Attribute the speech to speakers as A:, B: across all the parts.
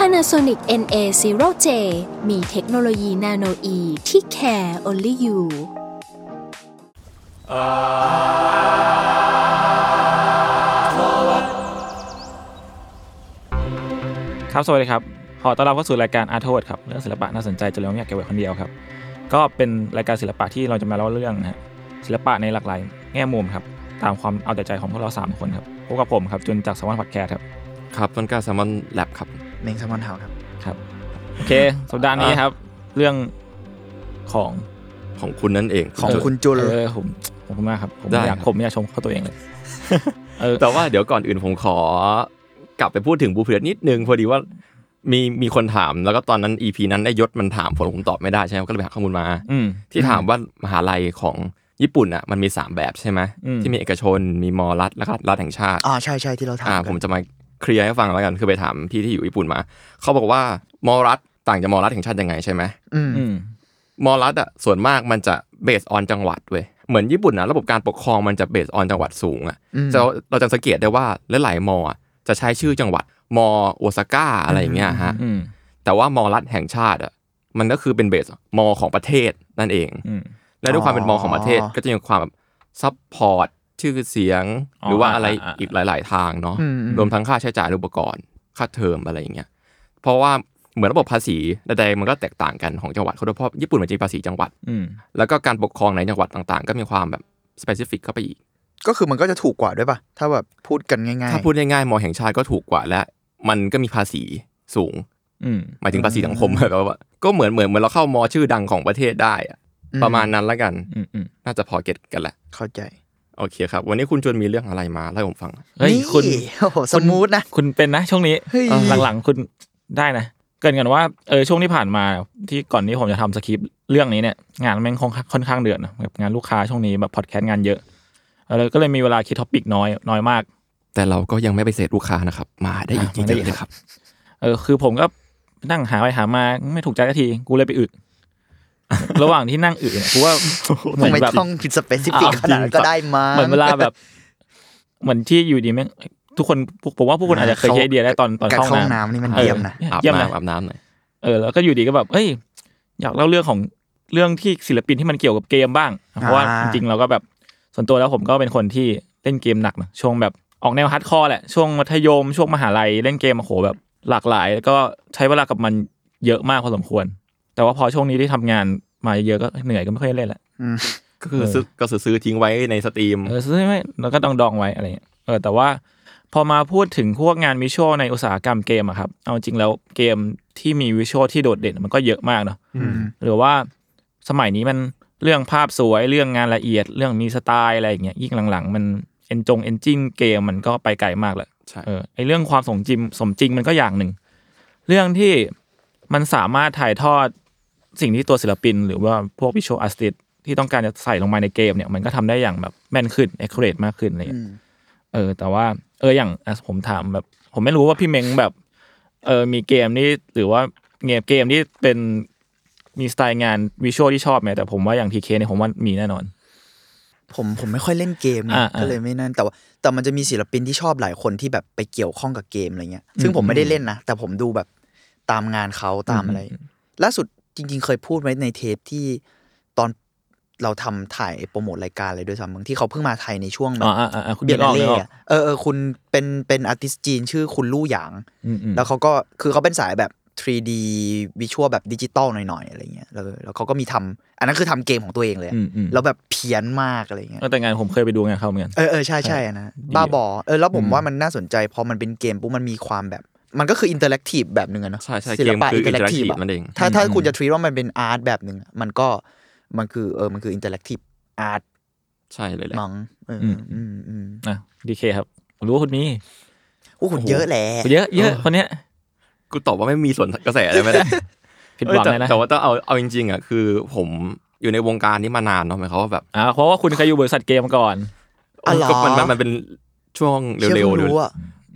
A: Panasonic NA0J มีเทคโนโลยีนาโนอีที่ care only you
B: ครับ สวัสดีครับ ขอต้อนรับเข้าสู่รายการอาร์ทวดครับ เรื่องศิลปะน่าสนใจจะเล่าไม่อยากเก็บไว้คนเดียวครับ ก็เป็นรายการศิลปะที่เราจะมาเล่าเรื่องนะฮะศิลปะในหลากหลายแง่มุมครับ ตามความเอาแต่ใจของพวกเรา 3 คนครับพบกับผมครับจุนจากสมอนพัดแคร์ครับ
C: ครับต้นกล้าแซลมอนแลบครับ
D: เมงแซลมอนเฮาครับ
B: ครับ โอเค สัปดาห์นี้ครับ เรื่องของ
C: ของคุณนั่นเอง
D: ของ
C: จุด
D: คุณจุล
B: เออผมผมขอบคุณมากครับ ผมอยากผมอยากชมเขาตัวเองเลย เออ
C: แต่ว่าเดี๋ยวก่อนอื่นผมขอ กลับไปพูดถึงบูเพเดนิดนึงพอดีว่ามีมีคนถามแล้วก็ตอนนั้น EP นั้นได้ยศมันถามผมผมตอบไม่ได้ใช่ไหมก็เลยไปหาข้อมูลมา
B: อืม
C: ที่ถามว่ามหาลัยของญี่ปุ่นอ่ะมันมี 3 แบบใช่ไหม
B: อืม
C: ที่มีเอกชนมีมอรัฐแล้วก็รัฐแห่งชาติ
D: อ่าใช่ใช่ที่เราถาม
C: อ่าผ
D: กัน
C: มจะมาเคลียร์ให้ฟังแล้วกันคือไปถามพี่ที่อยู่ญี่ปุ่นมา เขาบอกว่ามอรัฐต่างจากมอรัฐแห่งชาติยังไงใช่ไหม
D: อืม
B: อืม
C: มอรัฐอ่ะส่วนมากมันจะเบสออนจังหวัดเว้ยเหมือนญี่ปุ่นนะระบบการปกครองมันจะเบสออนจังหวัดสูงอ่ะจะเราจะสังเกตได้ว่าหลายๆมออะจะใช้ชื่อจังหวัดมอโอซาก้าอะไรอย่างเงี้ยฮะ
B: อืม
C: แต่ว่ามอรัฐแห่งชาติอ่ะมันก็คือเป็นเบสมอของประเทศนั่นเอง
B: อืม
C: และด้วยความเป็นมอของประเทศก็จะมีความแบบซัพพอร์ตชื่อเสียง
B: อ๋อ
C: หรือว่าอะไร
B: อ่าอ่า
C: อีกหลาย ๆ ทางเนาะ
D: อืมอืม
C: รวมทั้งค่าใช้จ่ายอุปกรณ์ค่าเทอมอะไรอย่างเงี้ยเพราะว่าเหมือนระบบภาษีใดๆมันก็แตกต่างกันของจังหวัดเขาด้วยเพราะญี่ปุ่นมันจะมีภาษีจังหวัด
B: อืม
C: แล้วก็การปกครองในจังหวัดต่างๆ ก็มีความแบบสเปซิฟิกเข้าไปอีก
D: ก็คือมันก็จะถูกกว่าด้วยป่ะ ถ้าแบบพูดกันง่ายๆ
C: ถ้าพูดง่ายๆมอแห่งชาติก็ถูกกว่าและ มันก็มีภาษีสูง
B: อืม
C: หมายถึงภาษีสังคม แปลว่าก็เหมือนเหมือนเหมือนเราเข้ามอชื่อดังของประเทศได้อะ
D: อืม
C: ประมาณนั้นละกัน
B: อืมอืม
C: น่าจะพอเก็ตกันแหละ
D: เข้าใจ
C: โอเคครับ วันนี้คุณจวนมีเรื่องอะไรมาเล่าให้ผมฟัง
B: เฮ้ย
D: นี่
B: คุณ
D: โอ้โหสมูทนะ
B: คุณเป็นนะ ช่วงนี้
D: เฮ้ย
B: เออหลังๆ คุณได้นะ เกรินกันว่าเออช่วงที่ผ่านมาที่ก่อนนี้ผมจะทำสคริปต์เรื่องนี้เนี่ยงานแม่งค่อนข้างค่อนข้างเดือดนะแบบงานลูกค้าช่วงนี้แบบพอดแคสต์งานเยอะแล้วก็เลยมีเวลาคิดท็อปิกน้อยน้อยมาก
C: แต่เราก็ยังไม่ไปเสดลูกค้านะครับ มาได้อีกเย
B: อ่ะมาได้อี
C: อะ
B: ก
C: ๆนะครับ
B: เออคือผมก็นั่งหาไปหามาไม่ถูกใจสักทีกูเลยไปอึระหว่างที่นั่งอึเนี่ย กูว่าเหมือ
D: ทำ
B: น
D: ไม
B: แบบ
D: ต้องผิดสเปซิฟิก
B: อ่า
D: ขนาดนั้นก็ได้มา
B: เหมือนเวลาแบบ เหมือนที่อยู่ดีแม่งทุกคนผมว่าผู้คนอาจจะเคยใช้ไอเดียได้ตอนตอน
D: การ
B: เข้า
D: เข้า
B: ห้อ
D: ห้องง
B: น้
D: น้ำนี่มัน
B: ำ
D: เยี่ยมนะ
B: ออ
C: อาบ
B: เยี่ยมนะ
C: น้ำอาบน้ำหน่อย
B: เออแล้วก็อยู่ดีก็แบบเอ้ย อยากเล่าเรื่องของเรื่องที่ศิลปินที่มันเกี่ยวกับเกมบ้าง เพราะว่า
D: อ่า
B: จริงๆเราก็แบบส่วนตัวแล้วผมก็เป็นคนที่เล่นเกมหนักนะช่วงแบบออกแนวฮาร์ดคอร์แหละช่วงมัธยมช่วงมหาลัยเล่นเกมโอ้โหแบบหลากหลาย แล้วก็ใช้เวลากับมันเยอะมากพอสมควร แต่ว่าพอช่วงนี้ที่ทำงานมาเยอะก็เหนื่อยก็ไม่ค่อยได้เล่นละ
D: อืม
C: ก็คือ
B: เออ
C: ซื้อก็ซื้อทิ้งไว้ในสตรีม
B: เออซื้อไม่แล้วก็ดองดองๆไว้อะไรเงี้ยเออแต่ว่าพอมาพูดถึงพวกงานวิชวลในอุตสาหกรรมเกมอะครับเอาจริงแล้วเกมที่มีวิชวลที่โดดเด่นมันก็เยอะมากเนาะ
D: อืม
B: หรือว่าสมัยนี้มันเรื่องภาพสวยเรื่องงานละเอียด เรื่องมีสไตล์อะไรอย่างเงี้ยยิ่งหลังๆ มันเอนจงเอนจินเกมมันก็ไปไกลมากแหละ
C: ใช่
B: เออไอเรื่องความสมจริงสมจริงมันก็อย่างหนึ่ง เรื่องที่มันสามารถถ่ายทอดสิ่งที่ตัวศิลปิน หรือว่าพวกวิชวลอาร์ติสที่ต้องการจะใส่ลงมาในเกมเนี่ยมันก็ทำได้อย่างแบบแม่นขึ้นเอ็กซ์เรมากขึ้นอะไรอย่างเงี้ย
D: อืม
B: เออแต่ว่าเอออย่างอ่ะผมถามแบบ ผมไม่รู้ว่าพี่เม้งแบบเออมีเกมนี่หรือว่าเกมเกมที่เป็นมีสไตล์งานวิชวลที่ชอบไหมแต่ผมว่าอย่างทีเคเนี่ยผมว่ามีแน่นอน
D: ผมผมไม่ค่อยเล่นเกมนะ
B: อ่าอ่า
D: ก็เลยไม่นั่นแต่ว่าแต่มันจะมีศิลปินที่ชอบหลายคนที่แบบไปเกี่ยวข้องกับเกมอะไรเงี้ยซึ่งผมไม่ได้เล่นนะแต่ผมดูแบบตามงานเขาตามอะไร ล่าสุดจริง ๆ เคยพูดไว้ในเทปที่ตอนเราทำถ่ายโปรโมทรายการเลยด้วยซ้ำบางที่เขาเพิ่งมาไทยในช่วงแบบ
B: อ๋ออ่าอ่าอ่าคุณ
D: เบียร์
B: นึกออกนึ
D: เล่
B: กออก
D: เออเออคุณเป็นเป็นอาร์ติสจีนชื่อคุณลู่หยาง
B: อืมอืม
D: แล้วเขาก็คือเขาเป็นสายแบบ 3D วิชวลแบบดิจิตอลหน่อยๆอะไรเงี้ยแล้วแล้วเขาก็มีทำอันนั้นคือทำเกมของตัวเองเลยอะ
B: อืมอืม
D: แล้วแบบเพี้ยนมากอะไรเงี้ย
B: เออแต่งานผมเคยไปดูงานเขาเหมือนกัน
D: เออเออใช่ใช่อันนนอะบ้าบอเออแล้วผมว่ามันน่าสนใจพอมันเป็นเกมปุ๊บมันมีความแบบ มันก็คืออินเตอร์แอคทีฟแบบหนึ่งอะเนาะ
C: ใช่ใช่
D: ศิลปะ
C: เกมคือ
D: อินเตอร์แอคทีฟ
C: interactive
D: อะ
C: นั่นเอง
D: ถ้าถ้า
B: อืม
D: คุณจะทรีว่ามันเป็นอาร์ตแบบหนึ่งอะมันก็มันคือเออมันคืออินเตอร์แอคทีฟอาร์ต
C: ใช่เลยแหละ
D: มั้งเอออืมอืม
B: นะดีเคครับผมรู้ว่าคุณมี
D: โอ้คุณเยอะแหละ
B: เยอะเยอะคนเนี้ย
C: กูตอบว่าไม่มีส่วนกระแสเลยไม่ได้
B: ผิดห
C: เอ้ย
B: วัง
C: แต่
B: เลยนะ
C: แต่ว่าต้องเอาเอาจริงๆอ่ะคือผมอยู่ในวงการนี้มานานเนาะหมายความว่าแบบ
B: อ่าเพราะว่าคุณเคยอยู่บริษัทเกมมาก่อน
D: อ๋อเหรอ
C: ก็มันมันมันเป็นช่วง
D: ชี่ย
C: เร็วๆ
D: พิ่ง
C: เดี๋ยว
D: อ่ะ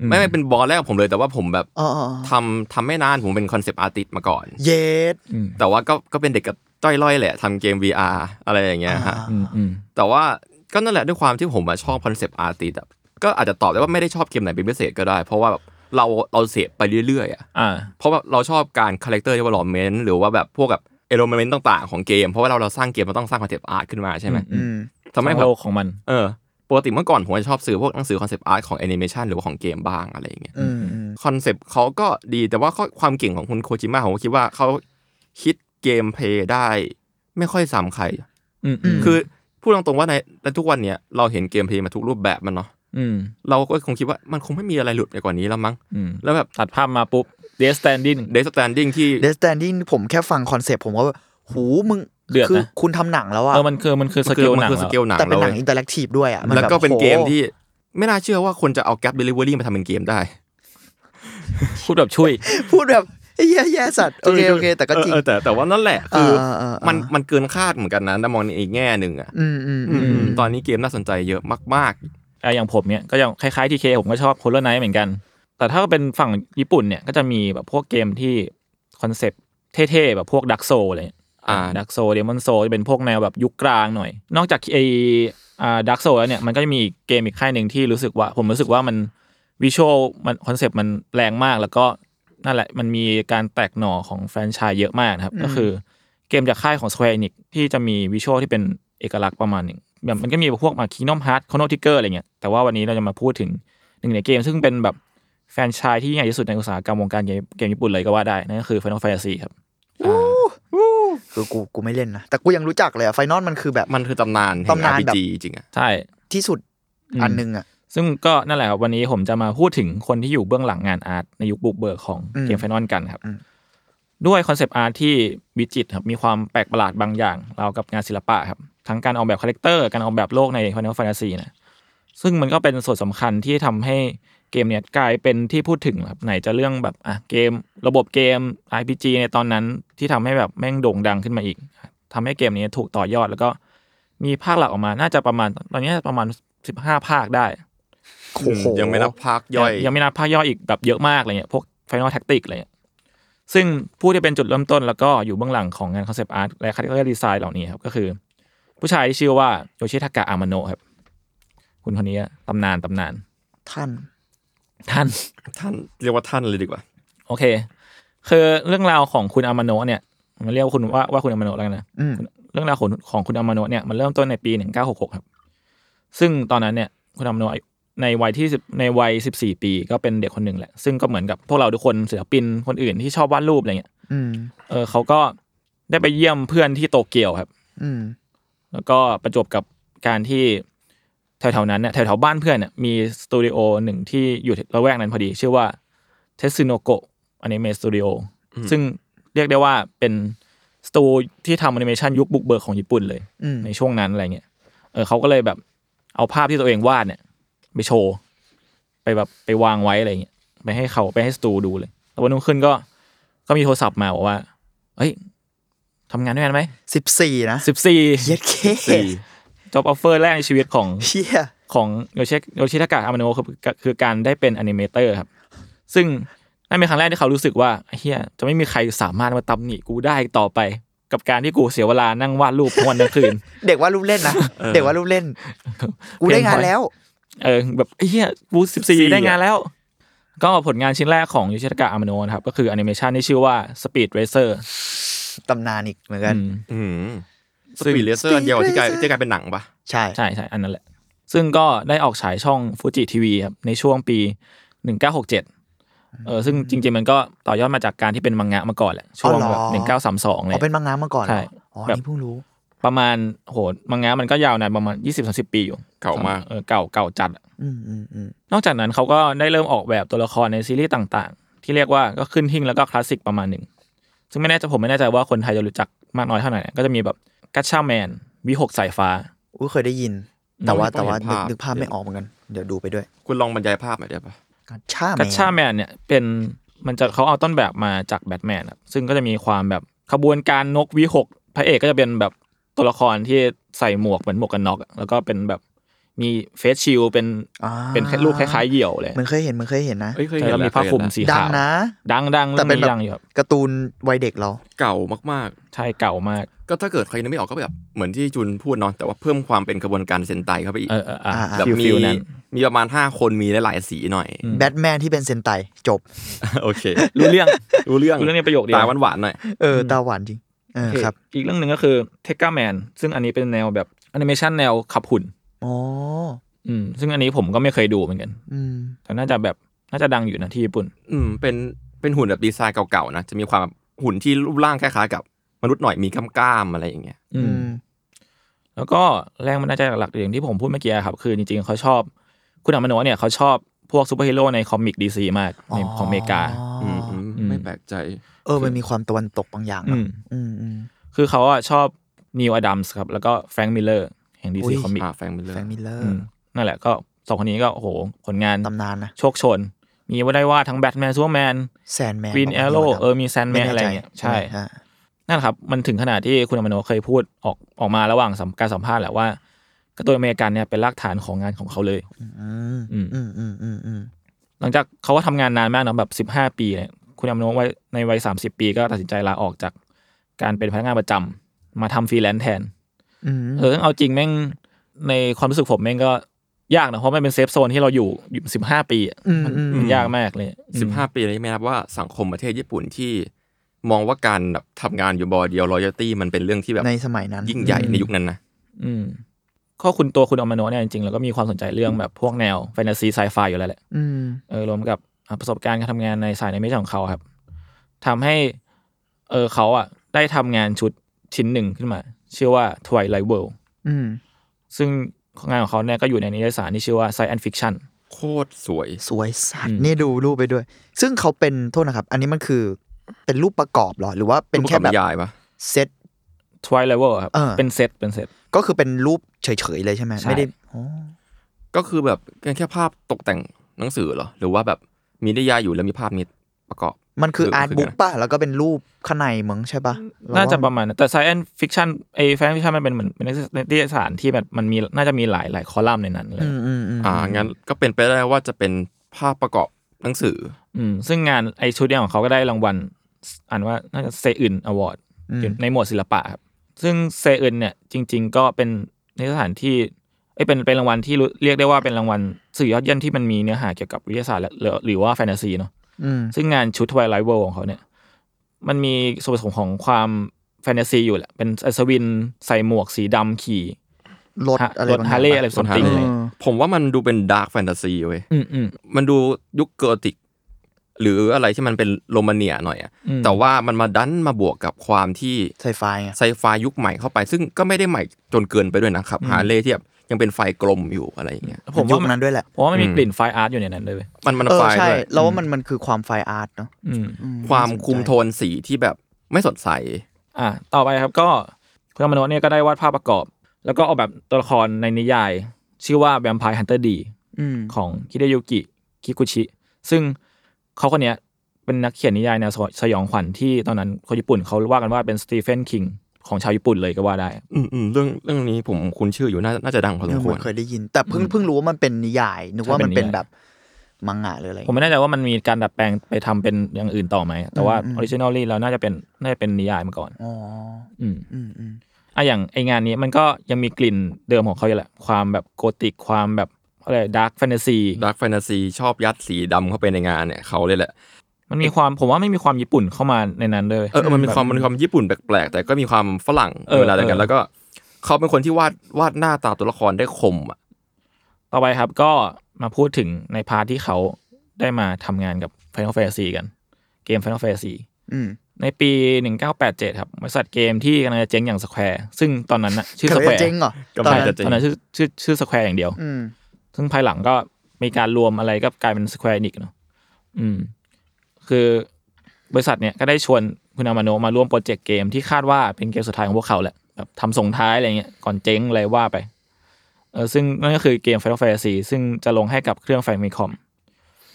C: ไม่ไม่เป็นบอลแรกของผมเลยแต่ว่าผมแบบ
D: อ๋ออ๋อ
C: ทำทำไม่นานผมเป็นคอนเซปต์อาร์ติสมาก่อน
D: เยด
C: แต่ว่าก็ก็เป็นเด็กกับจ้อยล่อยแหละทำเกม VR อะไรอย่างเงี้ยฮะ
B: อืมอืม
C: แต่ว่าก็นั่นแหละด้วยความที่ผมอะชอบคอนเซปต์อาร์ติสก็อาจจะตอบได้ว่าไม่ได้ชอบเกมไหนเป็นพิเศษก็ได้ เพราะว่าแบบเราเราเสพไปเรื่อยๆอะ
B: อ่า
C: เพราะว่าเราชอบการคาแรคเตอร์เดเวลลอปเมนต์หรือว่าแบบพวกแบบเอโลเมนต์ต่างๆของเกม เพราะว่าเราเราสร้างเกมเราต้องสร้างคอนเซปต์อาร์ตขึ้นมาใช่ไหม
B: อื
D: อืม
C: ทำให้แบ
B: โล
C: บ
B: กของมัน
C: เออปกติเมื่อก่อนผมจะชอบซื้อพวกหนังสือคอนเซปต์อาร์ตของแอนิเมชันหรือว่าของเกมบ้างอะไรอย่างเงี้ย
D: อืมอืม
C: คอนเซปต์เขาก็ดีแต่ว่าข้อความเก่งของคุณโคจิมะผมก็คิดว่าเขาคิดเกมเพลย์ได้ ไม่ค่อยซ้ำใคร
B: อืมอืม
C: คือพูดตรงๆว่าในในทุกวันเนี่ยเราเห็นเกมเพลย์มาทุกรูปแบบมันเนาะ
B: อืม
C: เราก็คงคิดว่ามันคงไม่มีอะไรหลุดไปกว่านี้แล้วมั้ง
B: อืม
C: แล้วแบบ
B: ตัดภาพมาปุ๊บเดสแตนดิ้ง
C: เดสแตนดิ้งที่
D: เดสแตนดิ้งผมแค่ฟังคอนเซปต์ผมว่าแบบหูมึง
B: เดือดนะ
D: คืคุณทำหนังแล้วอะ
B: เออมันคือมันคือสเกลหนัง
C: คือส
B: แล้ว
C: เกลหนัง
D: แต่เป็นหนั
C: แล้
D: ง
C: ว
D: อินเตอร์แอคทีฟด้วยอะมัน
C: แล้ว
D: บบ
C: ก็เป็น
D: โอ้โห
C: เกมที่ไม่น่าเชื่อว่าคนจะเอาแก๊ปเดลิเวอรี่มาทำเป็นเกมได้
B: พูดแบบช่วย
D: พูดแบบเหี้ยแย่สัตว์โอเคโอเค แต่ก็จริง
C: เออเออแต่แต่ว่านั่นแหละคืออา
D: อ่าอ่ามั
C: มันมันเกินคาดเหมือนกันนะถ้ามองในอีกแง่หนึ่งอ่ะ
D: อืมอืม
C: อืมอืมตอนนี้เกมน่าสนใจเยอะมากๆ
B: อ่ะอย่างผมเนี่ยก็ยังคล้ายๆทีเคผมก็ชอบโ o ล o r ไน h ์เหมือนกัน แต่ถ้าเป็นฝั่งญี่ปุ่นเนี่ยก็จะมีแบบพวกเกมที่คอนเซปต์เท่ๆ แบบพวกดักโซอะไรเงี้ย
C: อ่า
B: ดักโซเดมอนโซจะเป็นพวกแนวแบบยุคกลางหน่อย นอกจากไออ่าดักโซแล้วเนี่ยมันก็จะมีอีกเกมอีกค่ายหนึ่งที่รู้สึกว่า ผมรู้สึกว่ามันวิชวลมันคอนเซปต์มันแรงมากแล้วก็นั่นแหละมันมีการแตกหน่อของแฟรนไชส์เยอะมากนะครับก็คือเกมจากค่ายของ Square Enix ที่จะมีวิชวลที่เป็นเอกลักษณ์ประมาณหนึ่งแบบมันก็มีพวกมา Kingdom Hearts Chrono Trigger อะไรเงี้ยแต่ว่าวันนี้เราจะมาพูดถึงหนึ่งในเกม ซึ่งเป็นแบบแฟรนไชส์ที่ยิ่งใหญ่ที่สุดในอุตสาหกรรมวงการเกมเกมญี่ปุ่นเลยก็ว่าได้นั่นก็คือ Final Fantasy ครับ
D: คือกูกูไม่เล่นนะ แต่กูยังรู้จักเลยอะไฟนอลมันคือแบบ
C: มันคือตำนานแห่ง
D: ตำนานแบบ
C: RPG จริงๆอะ
B: ใช่
D: ที่สุด
B: อืม
D: อันหนึงอะ
B: ซึ่งก็นั่นแหละครับวันนี้ผมจะมาพูดถึงคนที่อยู่เบื้องหลังงานอาร์ตในยุคบุกเบิกของ
D: อืม
B: เกมไฟนอลกันครับ
D: อืม
B: ด้วยคอนเซปต์อาร์ตที่วิจิตรครับมีความแปลกประหลาดบางอย่างราวกับงานศิลปะครับ ทั้งการออกแบบคาแรคเตอร์การออกแบบโลกใน Final Fantasy นะซึ่งมันก็เป็นส่วนสำคัญที่ทำให้เกมเนี่ยกลายเป็นที่พูดถึงครับไหนจะเรื่องแบบอ่ะเกม ระบบเกม RPG ในตอนนั้นที่ทำให้แบบแม่งโด่งดังขึ้นมาอีกทำให้เกมนี้ถูกต่อยอดแล้วก็มีภาคหลักออกมาน่าจะประมาณตอนนี้ประมาณ 15 ภาคได้
D: โอ้โห
C: ยังไม่นับภาคย่อย
B: ยังไม่นับภาคย่อยอีกแบบเยอะมากอะไรเงี้ยพวก Final Tactics อะไรเงี้ยซึ่งผู้ที่เป็นจุดเริ่มต้นแล้วก็อยู่เบื้องหลังของงานคอนเซปต์อาร์ตและคา t e เ o อร์ดีไซน์เหล่านี้ครับก็คือ ผู้ชายที่ชื่อว่าโยชิทากะอามาโนะครับ คุณคนนี้ตำนานตำนาน
D: ท่าน
B: ท่าน
C: ท่านเรียกว่าท่านเลยดีกว่า
B: โอเค คือเรื่องราวของคุณอามาโนะเนี่ยมันเรียกว่าคุณว่าว่าคุณอามาโนะแล้วกันนะ
D: อืม
B: เรื่องราวของของคุณอามาโนะเนี่ยมันเริ่มต้นในปี 1966 ครับ ซึ่งตอนนั้นเนี่ยคุณอามาโนะในวัยที่10ในวัย 14 ปีก็เป็นเด็กคนหนึ่งแหละ ซึ่งก็เหมือนกับพวกเราทุกคนศิลปินคนอื่นที่ชอบวาดรูปอะไรเงี้ย
D: อืม
B: เออเขาก็ได้ไปเยี่ยมเพื่อนที่โตเกียวครับ
D: อืม
B: แล้วก็ประจวบกับการที่แถวๆนั้นเนี่ยแถวๆบ้านเพื่อนเนี่ยมีสตูดิโอหนึ่งที่อยู่ระแวกนั้นพอดี ชื่อว่าเทสึโนโกะอนิเมะสตูดิโอซึ่งเรียกได้ว่าเป็นสตูที่ทำแอนิเมชันยุคบุกเบิกของญี่ปุ่นเลย
D: อืม
B: ในช่วงนั้นอะไรเงี้ยเออเขาก็เลยแบบเอาภาพที่ตัวเองวาดเนี่ย ไปโชว์ ไปแบบไปวางไว้อะไรเงี้ยไปให้เขาไปให้สตูดูเลยแล้ววันนุ่งขึ้นก็ก็มีโทรศัพท์มาบอกว่าเฮ้ยทำงานด้วยกันไหม
D: สิบสี่นะ
B: สิบสี่
D: เย็ดเค
C: สี่
B: จ็อบออฟเฟอร์แรกในชีวิตของ
D: เชี่ย
B: ของโยชิโยชิทากะอามาโนะคือคือการได้เป็นอนิเมเตอร์ครับ ซึ่งนั่นเป็นครั้งแรกที่เขารู้สึกว่าเฮียจะไม่มีใครสามารถมาตำหนิกูได้อีกต่อไป กับการที่กูเสียเวลานั่งวาดรูปทั้งวันทั้งคืน
D: เด็กว่าดรูปเล่นนะเด็กว่าดรูปเล่น กูได้งานแล้ว
B: เออแบบเฮียกูสิบสี่ได้งานแล้ว ก็ผลงานชิ้นแรกของโยชิทากะอามาโนะนะครับ ก็คือแอนิเมชันที่ชื่อว่า Speed Racer
D: ตำนานอีกเหมือนกัน
B: อืม
C: อืมสปีดเลเซอร์เดียวกับที่กลายที่กลายเป็นหนังปะ
D: ใช่
B: ใช่ใช่อันนั้นแหละ ซึ่งก็ได้ออกฉายช่องฟูจิทีวีครับ ในช่วงปี 1967 เออซึ่งจริงๆ มันก็ต่อยอดมาจากการที่เป็นมังงะมาก่อนแหละ ช่วงแบบ 1932เล
D: อ๋อย เป็นมังงะมาก่อนเหร
B: ใช่
D: ออ๋ออัน
B: แบ
D: นี่
B: บ
D: เพิ่งรู้
B: ประมาณโหมังงะมันก็ยาวนานประมาณ 20-30 ปีอยู่
C: เก่ามาก
B: เออเก่าเก่าจัด
D: อืมอืมอืม
B: นอกจากนั้นเขาก็ได้เริ่มออกแบบตัวละครในซีรีส์ต่างๆ ที่เรียกว่าก็ขึ้นหิ้งแล้วก็คลาสสิกประมาณหนึ่ง ซึ่งไม่แน่ใจผมไม่แน่ใจว่าคนไทยจะรู้จักมากน้อยเท่าไหร่นะก็จะมีแบบกัชชาแมนวิหกสายฟ้า
D: อุ้ยเคยได้ยิน แต่ว่า
C: ไม่
D: แต่ว่า
C: เห็น
D: นึ
C: ภาก พ
D: นึกภาพไม่ออกเหมือนกัน เดี๋ยวดูไปด้วย
C: คุณลองบรรยายภาพหน่อยได้ปะ
D: กัชช่าแม
B: กัชชาน แมนเนี่ยเป็นมันจะเขาเอาต้นแบบมาจากแบทแมนอะซึ่งก็จะมีความแบบ ขบวนการนกวีหกพระเอกก็จะเป็นแบบตัวละครที่ใส่หมวกเหมือนหมวกกันน็อกอะแล้วก็เป็นแบบมีเฟซชิลด์เป็น
D: อ่า
B: เป็นแค่รูปคล้ายๆเหยี่ยวเลย
D: เหมันเคยเห็นเหมันเคยเห็นนะ
C: เอ้ยเคย
B: แต่
C: เห็น
B: แล้ว
C: แล้
B: มี
C: ว
B: ผ้าคลุมสี
D: ดั
B: ขา
D: ง
B: ว
D: นะ
B: ดังดังๆ
D: แต่
B: เรื่อง
D: เป็น
B: นี้
D: แบบ
B: ดังอยู่ครับ
D: การ์ตูนวัยเด็กเรา
C: เก่ามาก
B: ใช่เก่ามาก
C: ๆ ก็ถ้าเกิดใครนึกไม่ออกก็แบบเหมือนที่จุนพูดเนาะแต่ว่าเพิ่มความเป็นกระบวนการเซนไตเข้าไปอีก
B: เออเอออ่ะ
D: อ่าอ่า
C: แบบ
B: ฟิล
C: มี
B: ฟิลนั้น
C: มีประมาณ 5 คนมีหลายๆสีหน่อย
B: อืม
D: แบทแมนที่เป็นเซนไตจบ
C: โอเค
B: รู้เรื่อง
C: รู้เรื่อง
B: รู้เรื่องในประโยคเดียว
C: ตาหวานๆหน่อย
D: เออ ตาหวานจริง เออ
B: โอเค
D: ครับ
B: อีกเรื่องหนึ่งก็คือเทก a าแมนซึ่งอันนี้เป็นแนวแบบแอนิเมชันแนวขับหุ่น
D: อ๋อ
B: อืมซึ่งอันนี้ผมก็ไม่เคยดูเหมือนกัน
D: อืม
B: แต่น่าจะแบบน่าจะดังอยู่นะที่ญี่ปุ่น
C: อืมเป็นเป็นหุ่นแบบดีไซน์เก่าๆนะจะมีความหุ่นที่รูปร่างคล้ายๆกับมนุษย์หน่อยมีกำกล้ามๆอะไรอย่างเงี้ย
B: อื
D: อื
B: ม
D: ม
B: แล้วก็แรงมันน่าจะหลักๆอย่างที่ผมพูดเมื่อกี้ครับ คือจริงๆเขาชอบ คุณอามาโนะเนี่ยเขาชอบพวกซูเปอร์ฮีโร่ในคอมิกดีซีมากในของอเมริกา
C: ม
B: อืม
C: ไม่แปลกใจ
D: เออ มันมีความตะวันตกบางอย่าง
B: อื
D: เนอะ
B: ม
D: อืมอืม
B: คือเขาอะชอบนิวอดัมส์ครับ แล้วก็แฟรงค์มิลเลอร์แห่งดี
D: อุ๊
B: ซี
D: ย
B: คอมิก
C: อ่าแฟงมิลเลอ
D: แฟ
C: ร์
D: นมิลเลอ
B: อืม
D: ร์
B: นั่นแหละก็สองคนนี้ก็โอ้โหผลงาน
D: ตำนานนะ
B: โชคโชน มีว่าได้ว่าทั้งแบทแมนซูเปอร์แมน
D: แซนแมน
B: Green Arrow เออมี Sandman อะไรเงี้ยใช่ นั่นแหละครับ มันถึงขนาดที่คุณอมโนเคยพูดออกออกมาระหว่างสัมการสัมภาษณ์แหละว่าการ์ตูนอเมริกันเนี่ยเป็นรากฐานของงานของเขาเลย
D: อืม
B: อื
D: อื
B: ม
D: มอืมอืมอืมอืม
B: หลังจากเขาก็ทำงานนานมากเนอะแบบ 15 ปีเนี่ยคุณอมโนไว้ในวัย 30 ปีก็ตัดสินใจลาออกจากการเป็นพนักงานประจำมาทำฟรีแลนซ์แทน
D: อืม
B: เออเอาจริงแม่งในความรู้สึกผมแม่งก็ยากนะเพราะมันเป็นเซฟโซนที่เราอยู่อยู่ 15 ปีอะ
D: มอืม
B: มันยากมากเลย
C: สิบห้าปีเลยไหมครับว่าสังคมประเทศญี่ปุ่นที่มองว่าการแบบทำงานอยู่บอเดียวรอยตี้มันเป็นเรื่องที่แบบ
D: ในสมัยนั้น
C: ยิ่งใหญ่ในยุคนั้นนะ
B: อืมข้อคุณตัวคุณอมโนเนี่ยจริงๆแล้วก็มีความสนใจเรื่องแบบพวกแนวแฟนตาซีไซไฟอยู่แล้วแหละ
D: อืม
B: เออรวมกับอ่ะประสบการณ์การทำงานในสายในเมจของเขาครับทำให้เออเขาอ่ะได้ทำงานชุดชิ้นหนึ่งขึ้นมา ชื่อว่า Twilight World
D: อืม
B: ซึ่งงานของเขาเนี่ยก็อยู่ในนิตยสารที่ชื่อว่า Science Fiction
C: โคตรสวย
D: สวยสัต
B: อื
D: ว์
B: ม
D: นี่ดูรูปไปด้วย ซึ่งเขาเป็นโทษนะครับ อันนี้มันคือเป็นรูปประกอบเหรอ หรือว่าเป็นแค่แบ
C: รูปประกอ
D: บ
C: บนิยายปะ
D: เซต
B: Twilight World ครับ
D: เออ
B: เป็นเซตเป็นเซต
D: ก็คือเป็นรูปเฉยๆเลยใช่ไหม
B: ใช่
D: ไม่ได้อ๋อ
C: ก็คือแบบแค่ภาพตกแต่งหนังสือเหรอ หรือว่าแบบมีนิยายอยู่แล้วมีภาพนี้ประกอบ
D: มันคือ
C: เออ
D: อาร์ต
C: คือ
D: บุ๊กป่ะ แล้วก็เป็นรูปข้างในมั้งใช่ป่ะเร
B: น่าจะป
D: ว่
B: ระมาณนั้นแต่ Science Fiction ไอ้ Science Fiction มันเป็นเหมือนเป็นนิตยสารที่แบบมันมีน่าจะมีหลายหลายคอลัมน์ในนั้นเลย
D: อืมอืมอืม
C: อ่างั้นก็เป็นไปได้ว่าจะเป็นภาพประกอบหนังสือ
B: อืมซึ่งงานไอ้ชุดเนี้ยของเขาก็ได้รางวัลอ่านว่าน่าจะเซอื่นอวอร์ด
D: อืม
B: อยู่ในหมวดศิลปะครับซึ่งเซอึนเนี่ยจริง ๆ ก็เป็นในสถานที่เอ้ยเป็นเป็นรางวัลที่รู้เรียกได้ว่าเป็นรางวัลสื่อยอดเยี่ยมที่มันมีเนื้อหาเกี่ยวกับวิทยาศาสตร์และหรือหรือว่าแฟนตาซีเนาะ
D: อืม
B: ซึ่งงานชุดทวายไลท์เวิลของเขาเนี่ยมันมีส่วนผสมของความแฟนตาซีอยู่แหละ เป็นอัศวินใส่หมวกสีดำขี่
D: รถอะไร
B: รถ
D: บางอย่ง
B: ฮาร์เลย์อะไร
C: ร
B: สัม
C: ถฮา
B: ติ
C: ร์
B: ง
C: เลย์
B: เลย
C: ผมว่ามันดูเป็นดาร์ f แฟนตาซีเว้ย
B: อืมอืม
C: มันดูยุคเกอร์ติก หรืออะไรที่มันเป็นโรมาเนียหน่อยอะ
B: อืม
C: แต่ว่ามันมาดันมาบวกกับความที่
D: ไซไฟไง
C: ไซไฟยุคใหม่เข้าไป ซึ่งก็ไม่ได้ใหม่จนเกินไปด้วยนะครับฮาร์เลย์ที่แบบยังเป็นไฟกลมอยู่อะไรอย่างเงี้ย
B: ผม
D: ยุ
B: ว่า
D: ค
B: มั
D: นั้นนด้วยแหละ
B: ผมว่ามันมี
C: อืม
B: กลิ่นไฟอาร์ตอยู่ในนั้นด้วยเว้ย
C: มันมัน
D: เออ
C: ไฟ
D: ใช่
C: ด้วย
D: เราว่ามันมันคือความไฟอาร์ตเนาะ
B: อืม
D: อื
C: ความ
D: น่สนใจ
C: คุมโทนสีที่แบบไม่สดใส
B: อ่ะต่อไปครับก็คุณอมโนเนี่ยก็ได้วาดภาพประกอบ แล้วก็ออกแบบตัวละครในนิยาย ชื่อว่าแวมไพร์ฮันเตอร์ดี
D: อืม
B: ของคิเดยุกิคิกุชิ ซึ่งเขาคนเนี้ยเป็นนักเขียนนิยายแนวสยองขวัญที่ตอนนั้นคนญี่ปุ่นเขาว่ากันว่าเป็นสตีเฟนคิงของชาวญี่ปุ่นเลยก็ว่าได้
C: อืมอืมเรื่องเรื่องนี้ผมคุ้นชื่ออยู่น่าน่าจะดังพอส
D: เอ
C: ม
D: อ
C: ค
D: เห
C: ว
D: มื
C: ร
D: อนเคยได้ยิน แต่เพิ่งเพิ่งรู้ว่ามันเป็นนิยาย นึกว่ามัน
B: เป็
D: เป็น น
B: นิยาย
D: แบบมังงะหรืออะไร
B: ผมไม่แน่ใจว่ามันมีการดัดแปลงไปทำเป็นอย่างอื่นต่อไหม แต่ว่า
D: อื
B: อ
D: ม
B: อริจินอลลี่เราน่าจะเป็นน่าจะเป็นนิยายมาก่อน
D: อ๋อ
B: อืม
D: อืมอืม
B: อะอย่างไองานนี้มันก็ยังมีกลิ่นเดิมของเขาอยู่แหละ ความแบบโกธิกความแบบอะไรดาร์กแฟนตาซี
C: ดาร์ f แฟนตาซีชอบยัดสีดำเข้าไปในงานเนี่ยเขาเลยแหละ
B: มันมีความผมว่าไม่มีความญี่ปุ่นเข้ามาในนั้นเลย
C: เออเออมันมีความมันมีความญี่ปุ่นแปลกๆ แต่ก็มีความฝรั่ง
B: เออ
C: เวลาเดียวกั
B: เอน อ
C: แล้วก็เขาเป็นคนที่วาดวาดหน้าตาตัวละครได้คมอ่ะ
B: ต่อไปครับก็มาพูดถึงในพาร์ทที่เขาได้มาทำงานกับ Final Fantasy กัน เกม Final Fantasy
D: อืม
B: ในปี 1987 ครับบริษัทเกมที่กำลังจะเจ๊งอย่าง Square ซึ่งตอนนั้นน่ะชื่อ
D: เกิด
B: Square
D: เจ๊งเหรอ
C: ก็
D: ตอน
C: ไม่
D: นั้น
C: จะจริ
B: ต
C: ง
B: อนนั้นชื่อชื่อชื่อ Square อย่างเดียว
D: อืม
B: ซึ่งภายหลังก็มีการรวมอะไรก็กลายเป็น Square Enix เนอะอืม คือบริษัทเนี่ยก็ได้ชวนคุณอามาโนะมาร่วมโปรเจกต์เกมที่คาดว่าเป็นเกมสุดท้ายของพวกเขาแหละแบบทำส่งท้ายอะไรเงี้ยก่อนเจ๊งอะไรว่าไปเออซึ่งนั่นก็คือเกม Final Fantasy ซึ่งจะลงให้กับเครื่อง Famicom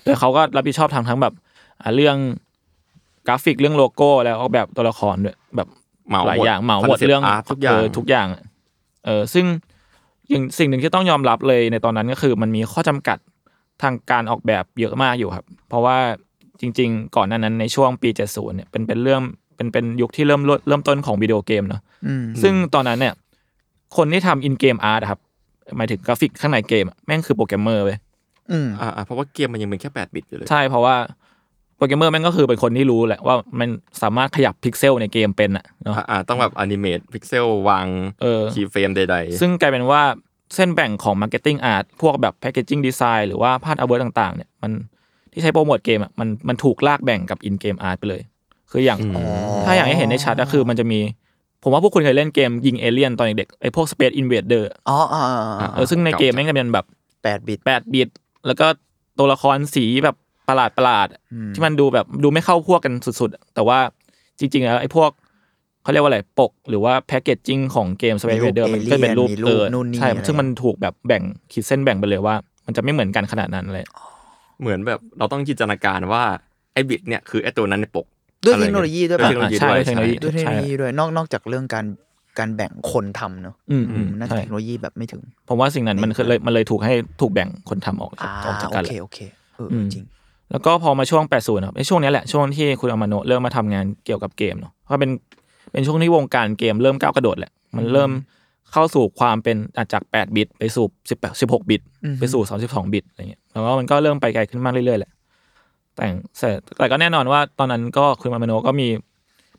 B: โดยเขาก็รับผิดชอบทำทั้งแบบอ่าเรื่อง กราฟิกเรื่องโลโก้แล้วก็แบบตัวละครด้วยแบบ
C: เหมา
B: หลายอย่างเหมาหมด
C: concept
B: เรื่อง
C: art ทุกอย่าง
B: เทุกอย่างเออซึ่งอย่างสิ่งหนึ่งที่ต้องยอมรับเลยในตอนนั้นก็คือมันมีข้อจำกัดทางการออกแบบเยอะมากอยู่ครับ เพราะว่าจริง ๆ ก่อนหน้านั้นในช่วงปี 70เนี่ยเป็นเป็นเรื่องเป็นเป็นยุคที่เริ่มเริ่มต้นของวิดีโอเกมเนาะ
D: อืม
B: ซึ่งตอนนั้นเนี่ย คนที่ทำอินเกมอาร์ตครับ หมายถึงกราฟิกข้างในเกมอะแม่งคือโปรแกรมเมอร์เว้ย
D: อืม
C: อ่าอ่าเพราะว่าเกมมันยังเป็นแค่แปดบิตอยู่เลย
B: ใช่เพราะว่าโปรแกรมเมอร์แม่งก็คือเป็นคนที่รู้แหละว่ามันสามารถขยับพิกเซลในเกมเป็นอะเนาะ
C: อ่าอ่าต้องแบบอนิเมตพิกเซลวาง
B: เออ
C: คีย์เฟรมใดๆ
B: ซึ่งกลายเป็นว่าเส้นแบ่งของ Marketing Art พวกแบบ Packaging Design หรือว่าพาดอาเวิร์ต่างๆ เนี่ยมันที่ใช้โปรโมทเกมอ่ะมันมันถูกลากแบ่งกับอินเกมอาร์ตไปเลย คืออย่าง
C: อืม
B: ถ้าอย่างให้เห็นได้ชัดก็คือมันจะมี ผมว่าพวกคุณเคยเล่นเกมยิงเอเลี่ยนตอนเด็กๆไอ้พวก Space Invader อะ
D: อ๋ออ๋ออ๋ออ๋อ
B: เออซึ่งในเกมแม่งจะเป็นแบบ
D: แปดบิต
B: แปดบิตแล้วก็ตัวละครสีแบบประหลาดประหลาดๆอะ
D: อืม
B: ที่มันดูแบบดูไม่เข้าพวกกันสุด ๆ แต่ว่าจริง ๆ แล้วไอ้พวกเขาเรียกว่าอะไรปก หหรือว่าแพคเกจจิ้งของเกมสเป
D: มี
B: ซ
D: รู
B: เว
D: ป
B: เดอร์มันก็เป็น
D: alien
B: รูป
D: มีรูป
B: เออ
D: นู่นนี่
B: ใช่
D: อะไร
B: ซึ่งมันถูกแบบแบ่งขีดเส้นแบ่งไปเลยว่า มันจะไม่เหมือนกันขนาดนั้นเลย
C: เหมือนแบบเราต้องจินตนาการว่าไอ้บิตเนี่ยคือไอ้ตัวนั้นในปก
D: ด้วยเทคโนโลยีด้วย
C: อะไร
D: ป่ะ
C: เงี้
B: ใช่
C: ด้วย
B: เท
C: เท
B: คโนโลยี
C: คโนโลยี
D: ด้วยเทคโนโลยีด้วยนอกนอกจากเรื่องการการแบ่งคนทำเนอะ
B: อืม
D: อืมน่าจะ
B: ใช่
D: เทคโนโลยีแบบไม่ถึง
B: ผมว่าสิ่งนั้นมันคือเลยมันเลยถูกให้ถูกแบ่งคนทำออก
D: อ่า
B: ออกจาก
D: โอ
B: กันแห
D: เค
B: ละ
D: โอเคเออ
B: อืม
D: จริง
B: แล้วก็พอมาช่วง 80ครับในช่วงนี้แหละ ช่วงที่คุณอามาโนะเริ่มมาทำงานเกี่ยวกับเกมเนาะก็เป็นเป็นช่วงที่วงการเกมเริ่มก้าวกระโดดแหละ มันเริ่มเข้าสู่ความเป็นอาจจาก 8 บิต ไปสู่18 16 บิต
D: อือฮึ
B: ไปสู่ 32 บิตอะไรเงี้ยแล้วก็มันก็เริ่มไปไกลขึ้นมากเรื่อยๆแหละ แต่งแต่แต่ก็แน่นอนว่าตอนนั้นก็คุณอามาโนะก็มี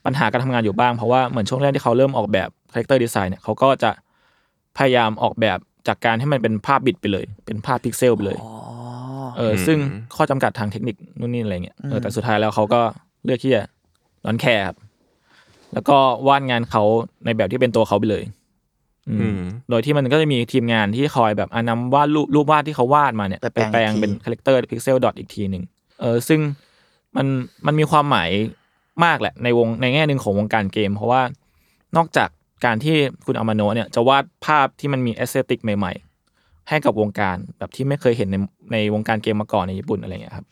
B: ปัญหาการทำงานอยู่บ้าง เพราะว่าเหมือนช่วงแรกที่เขาเริ่มออกแบบคาแรคเตอร์ดีไซน์เนี่ยเขาก็จะพยายามออกแบบจากการให้มันเป็นภาพบิตไปเลย เป็นภาพพิกเซลไปเลย
D: อ๋อ
B: เออซึ่งข้อจำกัดทางเทคนิคนู่นนี่อะไรเงี้ยเออแต่สุดท้ายแล้วเขาก็เลือกที่จะนอนแคร์ครับแล้วก็วาดงานเขาในแบบที่เป็นตัวเขาไปเลย อืม
C: อืม
B: โดยที่มันก็จะมีทีมงานที่คอยแบบอ่ะนำวาดรูปรูปวาดที่เขาวาดมาเนี่ย
D: ไป
B: ไป
D: แปลง
B: แปลง
D: อีกที
B: เป็นคาแรคเตอร์พิกเซลดอทอีกทีหนึ่งเออซึ่งมันมันมีความหมายมากแหละ ในวงในแง่หนึ่งของวงการเกม เพราะว่านอกจากการที่คุณอามาโนะเนี่ยจะวาดภาพที่มันมีเอสเตติกใหม่ ๆ ให้กับวงการแบบที่ไม่เคยเห็นในในวงการเกมมาก่อนในญี่ปุ่นอะไรเงี้ยครับ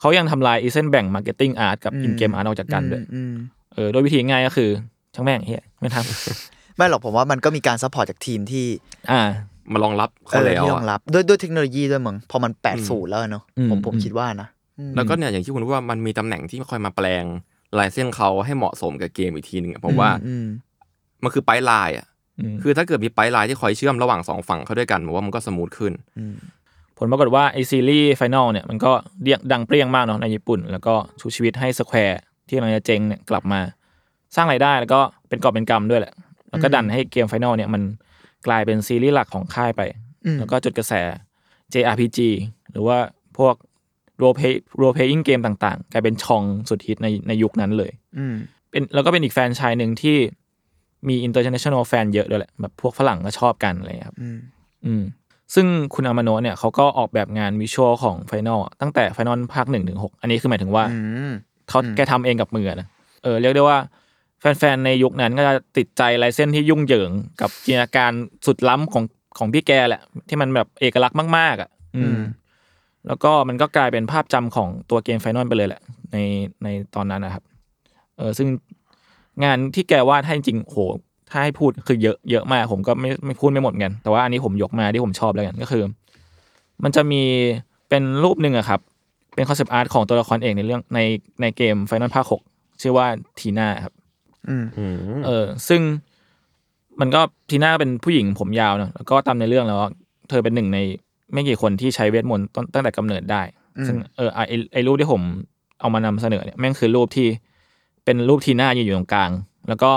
B: เขายังทำลายอีเส้นแบ่งมาร์เก็ตติ้งอาร์ตกับ
D: อืม
B: อินเกมอาร์ตออกจากกันด้วย
D: อืมอืม
B: เออโดยวิธีง่ายก็คือ ช่างแม่งเฮียไม่ท
D: ไม่หรอกผมว่ามันก็มีการซัพพอร์ตจากทีมที่
B: ำ อ่า
C: มารองรับ
D: เอ
C: เขา
D: อ
C: แล้ว
D: ที่ร
C: อะ
D: องรับด้วยด้วยเทคโนโลยีด้วยมึงพอมันแปดสูตรแล้วเนอะ
B: อืม
D: ผมผม
B: อืม
D: คิดว่านะอืม
C: แล้วก็เนี่ยอย่างที่คุณพูดว่ามันมีตำแหน่งที่คอยมาแปลงลายเส้นเขาให้เหมาะสมกับเกมอีกทีหนึ่งอะผมว่า
D: อืม
C: มันคือไปลายลายอ่ะ
B: อืม
C: คือถ้าเกิดมีไปลายลายที่คอยเชื่อมระหว่างสองฝั่งเข้าด้วยกันผมว่ามันก็สมูทขึ้น
D: อืม
B: ผลปรากฏว่าไอซีรีส์ไฟนอลเนี่ยมันก็เรียกดังเปรี้ยงมากเนาะในญี่ปุ่น แล้วก็ชูชีวิตให้สแควร์ที่กำลังจะเจงเนี่ยกลับมา สร้างรายได้แล้วก็เป็นกอบเป็นกำด้วยแหละ แล้วก็ดันให้เกมไฟนอลเนี่ยมันกลายเป็นซีรีส์หลักของค่ายไป
D: อืม
B: แล้วก็จุดกระแส JRPG หรือว่าพวก role play role playing เกมต่างๆ กลายเป็นช่องสุดฮิตในในยุคนั้นเลย
D: อืม
B: เป็นแล้วก็เป็นอีกแฟรนไชายหนึ่งที่มี international fan เยอะด้วยแหละ แบบพวกฝรั่งก็ชอบกันอะไรอย่างเงี้ยครับ
D: อืม
B: อืมซึ่งคุณอามาโนะเนี่ยเขาก็ออกแบบงานวิชวลของไฟนอลตั้งแต่ไฟนอลภาคหนึ่งถึงหกอันนี้คือหมายถึงว่า
D: อืม
B: เขาแกทำเองกับมือนะเออเรียกได้ว่าแฟนๆ ในยุคนั้นก็จะติดใจลายเส้นที่ยุ่งเหยิง กับจินตนาการสุดล้ำของของพี่แกแหละ ที่มันแบบเอกลักษณ์มาก ๆ อ่ะ อื
D: อื
B: ม
D: ม
B: แล้วก็มันก็กลายเป็นภาพจำของตัวเกมไฟนอลไปเลยแหละ ในในตอนนั้นนะครับ เออซึ่งงานที่แกวาดให้จริงโหถ้าให้พูดคือเยอะเยอะมาก ผมก็ไม่ไม่พูดไม่หมดเหมือนกัน แต่ว่าอันนี้ผมยกมาที่ผมชอบแล้วกันก็คือ มันจะมีเป็นรูปหนึ่งอะครับ เป็นคอนเซปต์อาร์ตของตัวละครเอกในเรื่องในในเกมไฟนอลภาคหกชื่อว่าทีน่าครับ
D: อืม
C: อืม
B: เออซึ่งมันก็ทีน่าเป็นผู้หญิงผมยาวเนอะแล้วก็ตามในเรื่องแล้วว่าเธอเป็นหนึ่งในไม่กี่คนที่ใช้เวทมนต์ต้นตั้งแต่กำเนิดได้
D: อืม
B: ซึ่งเออไอไอ้ไอรูปที่ผมเอามานำเสนอเนี่ยแม่งคือรูปที่เป็นรูปทีน่ายืนอยู่ตรงกลาง แล้วก็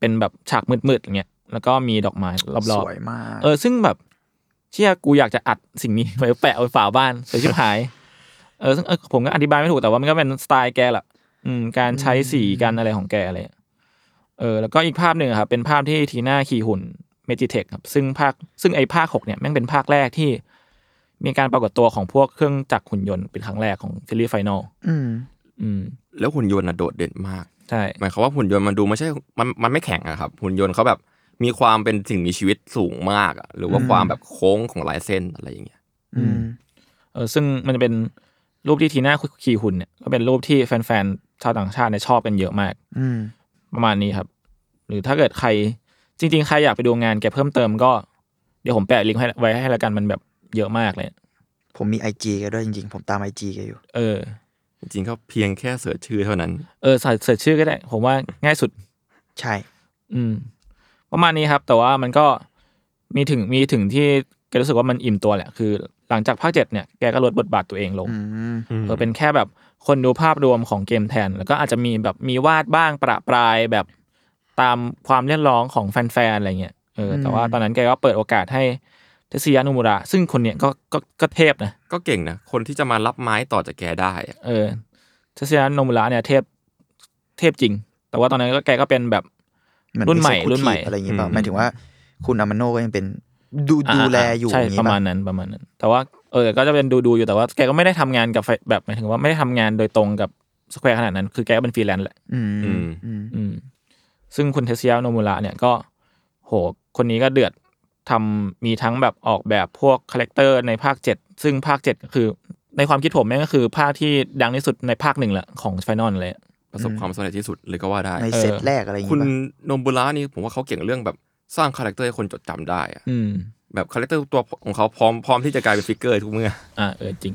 B: เป็นแบบฉากมืดๆอย่างเงี้ยแล้วก็มีดอกไม้ร
D: ส
B: อบ
D: วยมาก
B: ๆเออ ซึ่งแบบเชี่ยกูอยากจะอัดสิ่งนี้ ไว้แปะไว้ฝาบ้านสวยชิบหาย เออซึ่งเออผมก็อธิบายไม่ถูกแต่ว่ามันก็เป็นสไตล์แกแหละอืมการใช้สีการอะไรของแกอะไร เออแล้วก็อีกภาพหนึ่งอะครับเป็นภาพที่ทีน่าขี่หุ่นเมจิเทคครับซึ่งภาคซึ่งไอภาคหกเนี่ยแม่งเป็นภาคแรกที่ มีการปรากฏตัวของพวกเครื่องจักรหุ่นยนต์เป็นครั้งแรกของซีรีส์ไฟนอล
D: อืม
B: อืม
C: แล้วหุ่นยนต์นะโดดเด่นมาก
B: ใช่
C: หมายความว่าหุ่นยนต์มันดูไม่ใช่มันมันไม่แข็งอะครับ หุ่นยนต์เขาแบบมีความเป็นสิ่งมีชีวิตสูงมากอะหรือว่า
D: อืม
C: ความแบบโค้งของลายเส้นอะไรอย่างเงี้ย
D: อืม
B: เออซึ่งมันจะเป็นรูปที่ทีน่าขี่หุ่นเนี่ยก็เป็นรูปที่แฟนๆ ชาวต่างชาติเนี่ยชอบกันเยอะมาก
D: อืม
B: ประมาณนี้ครับ หรือถ้าเกิดใครจริง ๆ ใครอยากไปดูงานแกเพิ่มเติมก็เดี๋ยวผมแปะลิงก์ให้ไว้ให้ละกันมันแบบเยอะมากเลย
D: ผมมีไอจีแกด้วยจริงๆ ผมตามไอจีแกอยู่
B: เออ
C: จริงๆก็เพียงแค่เสิร์ชชื่อเท่านั้น
B: เออใส่เสิร์ชชื่อก็ได้ ผมว่าง่ายสุด
D: ใช่
B: อืม ประมาณนี้ครับ แต่ว่ามันก็มีถึงมีถึงที่แกรู้สึกว่ามันอิ่มตัวแหละ คือ หลังจากภาคเจ็ดเนี่ยแกก็ลดบทบาทตัวเองลง
D: อืม
B: เออเป็นแค่แบบคนดูภาพรวมของเกมแทน แล้วก็อาจจะมีแบบมีวาดบ้างประปรายแบบตามความเรียกร้องของแฟนๆอะไรเงี้ยเอออ
D: ม
B: แต่ว่าตอนนั้นแกก็เปิดโอกาสให้เทสยานุมุระ ซึ่งคนเนี้ยก็ก็ก็เทพนะ
C: ก็เก่งนะ คนที่จะมารับไม้ต่อจากแกได้อะ
B: เออเทสยานุมุระเนี่ยเทพเทพจริง แต่ว่าตอนนั้นก็แกก็เป็นแบบ
D: เอน
B: รุ่นใหม่
D: executive
B: รุ่นใหม่
D: อะไรอย่างเงี้ยเปล่าหมายถึงว่าคุณอามาโนก็ยังเป็นดูดูแลอยู่
B: ใช่
D: อย่างงี้
B: ประมาณนั้นประมาณนั้น แต่ว่าเออก็จะเป็นดูดูๆอยู่แต่ว่าแกก็ไม่ได้ทำงานกับไฟแบบหมายถึงว่าไม่ได้ทำงานโดยตรงกับสแควร์ขนาดนั้น คือแกก็เป็นฟรีแลนซ์แหละ
D: อืม
C: อืม
D: อืม
B: อืมซึ่งคุณเทสยาโนมูระเนี่ยก็โหคนนี้ก็เดือดทำมีทั้งแบบออกแบบพวกคาแรคเตอร์ในภาค 7 ซึ่งภาค 7 ก็คือในความคิดผมแม่งก็คือภาคที่ดังที่สุดในภาคหนึ่งแหละของไฟนอลเลย
C: ประสบความสำเร็จที่สุดเลยก็ว่าได้
D: ในเซตแรกอะไรอย่าง
C: คุณ
D: เงี้ย
C: โนมบุระนี่ผมว่าเขาเก่งเรื่องแบบสร้างคาแรคเตอร์ให้คนจดจำได้อะ
B: อืม
C: แบบคาแรคเตอร์ตัวของเขาพร้อมพร้อมที่จะกลายเป็นฟิกเกอร์ทุกเมื่อ
B: อ่าเออจริง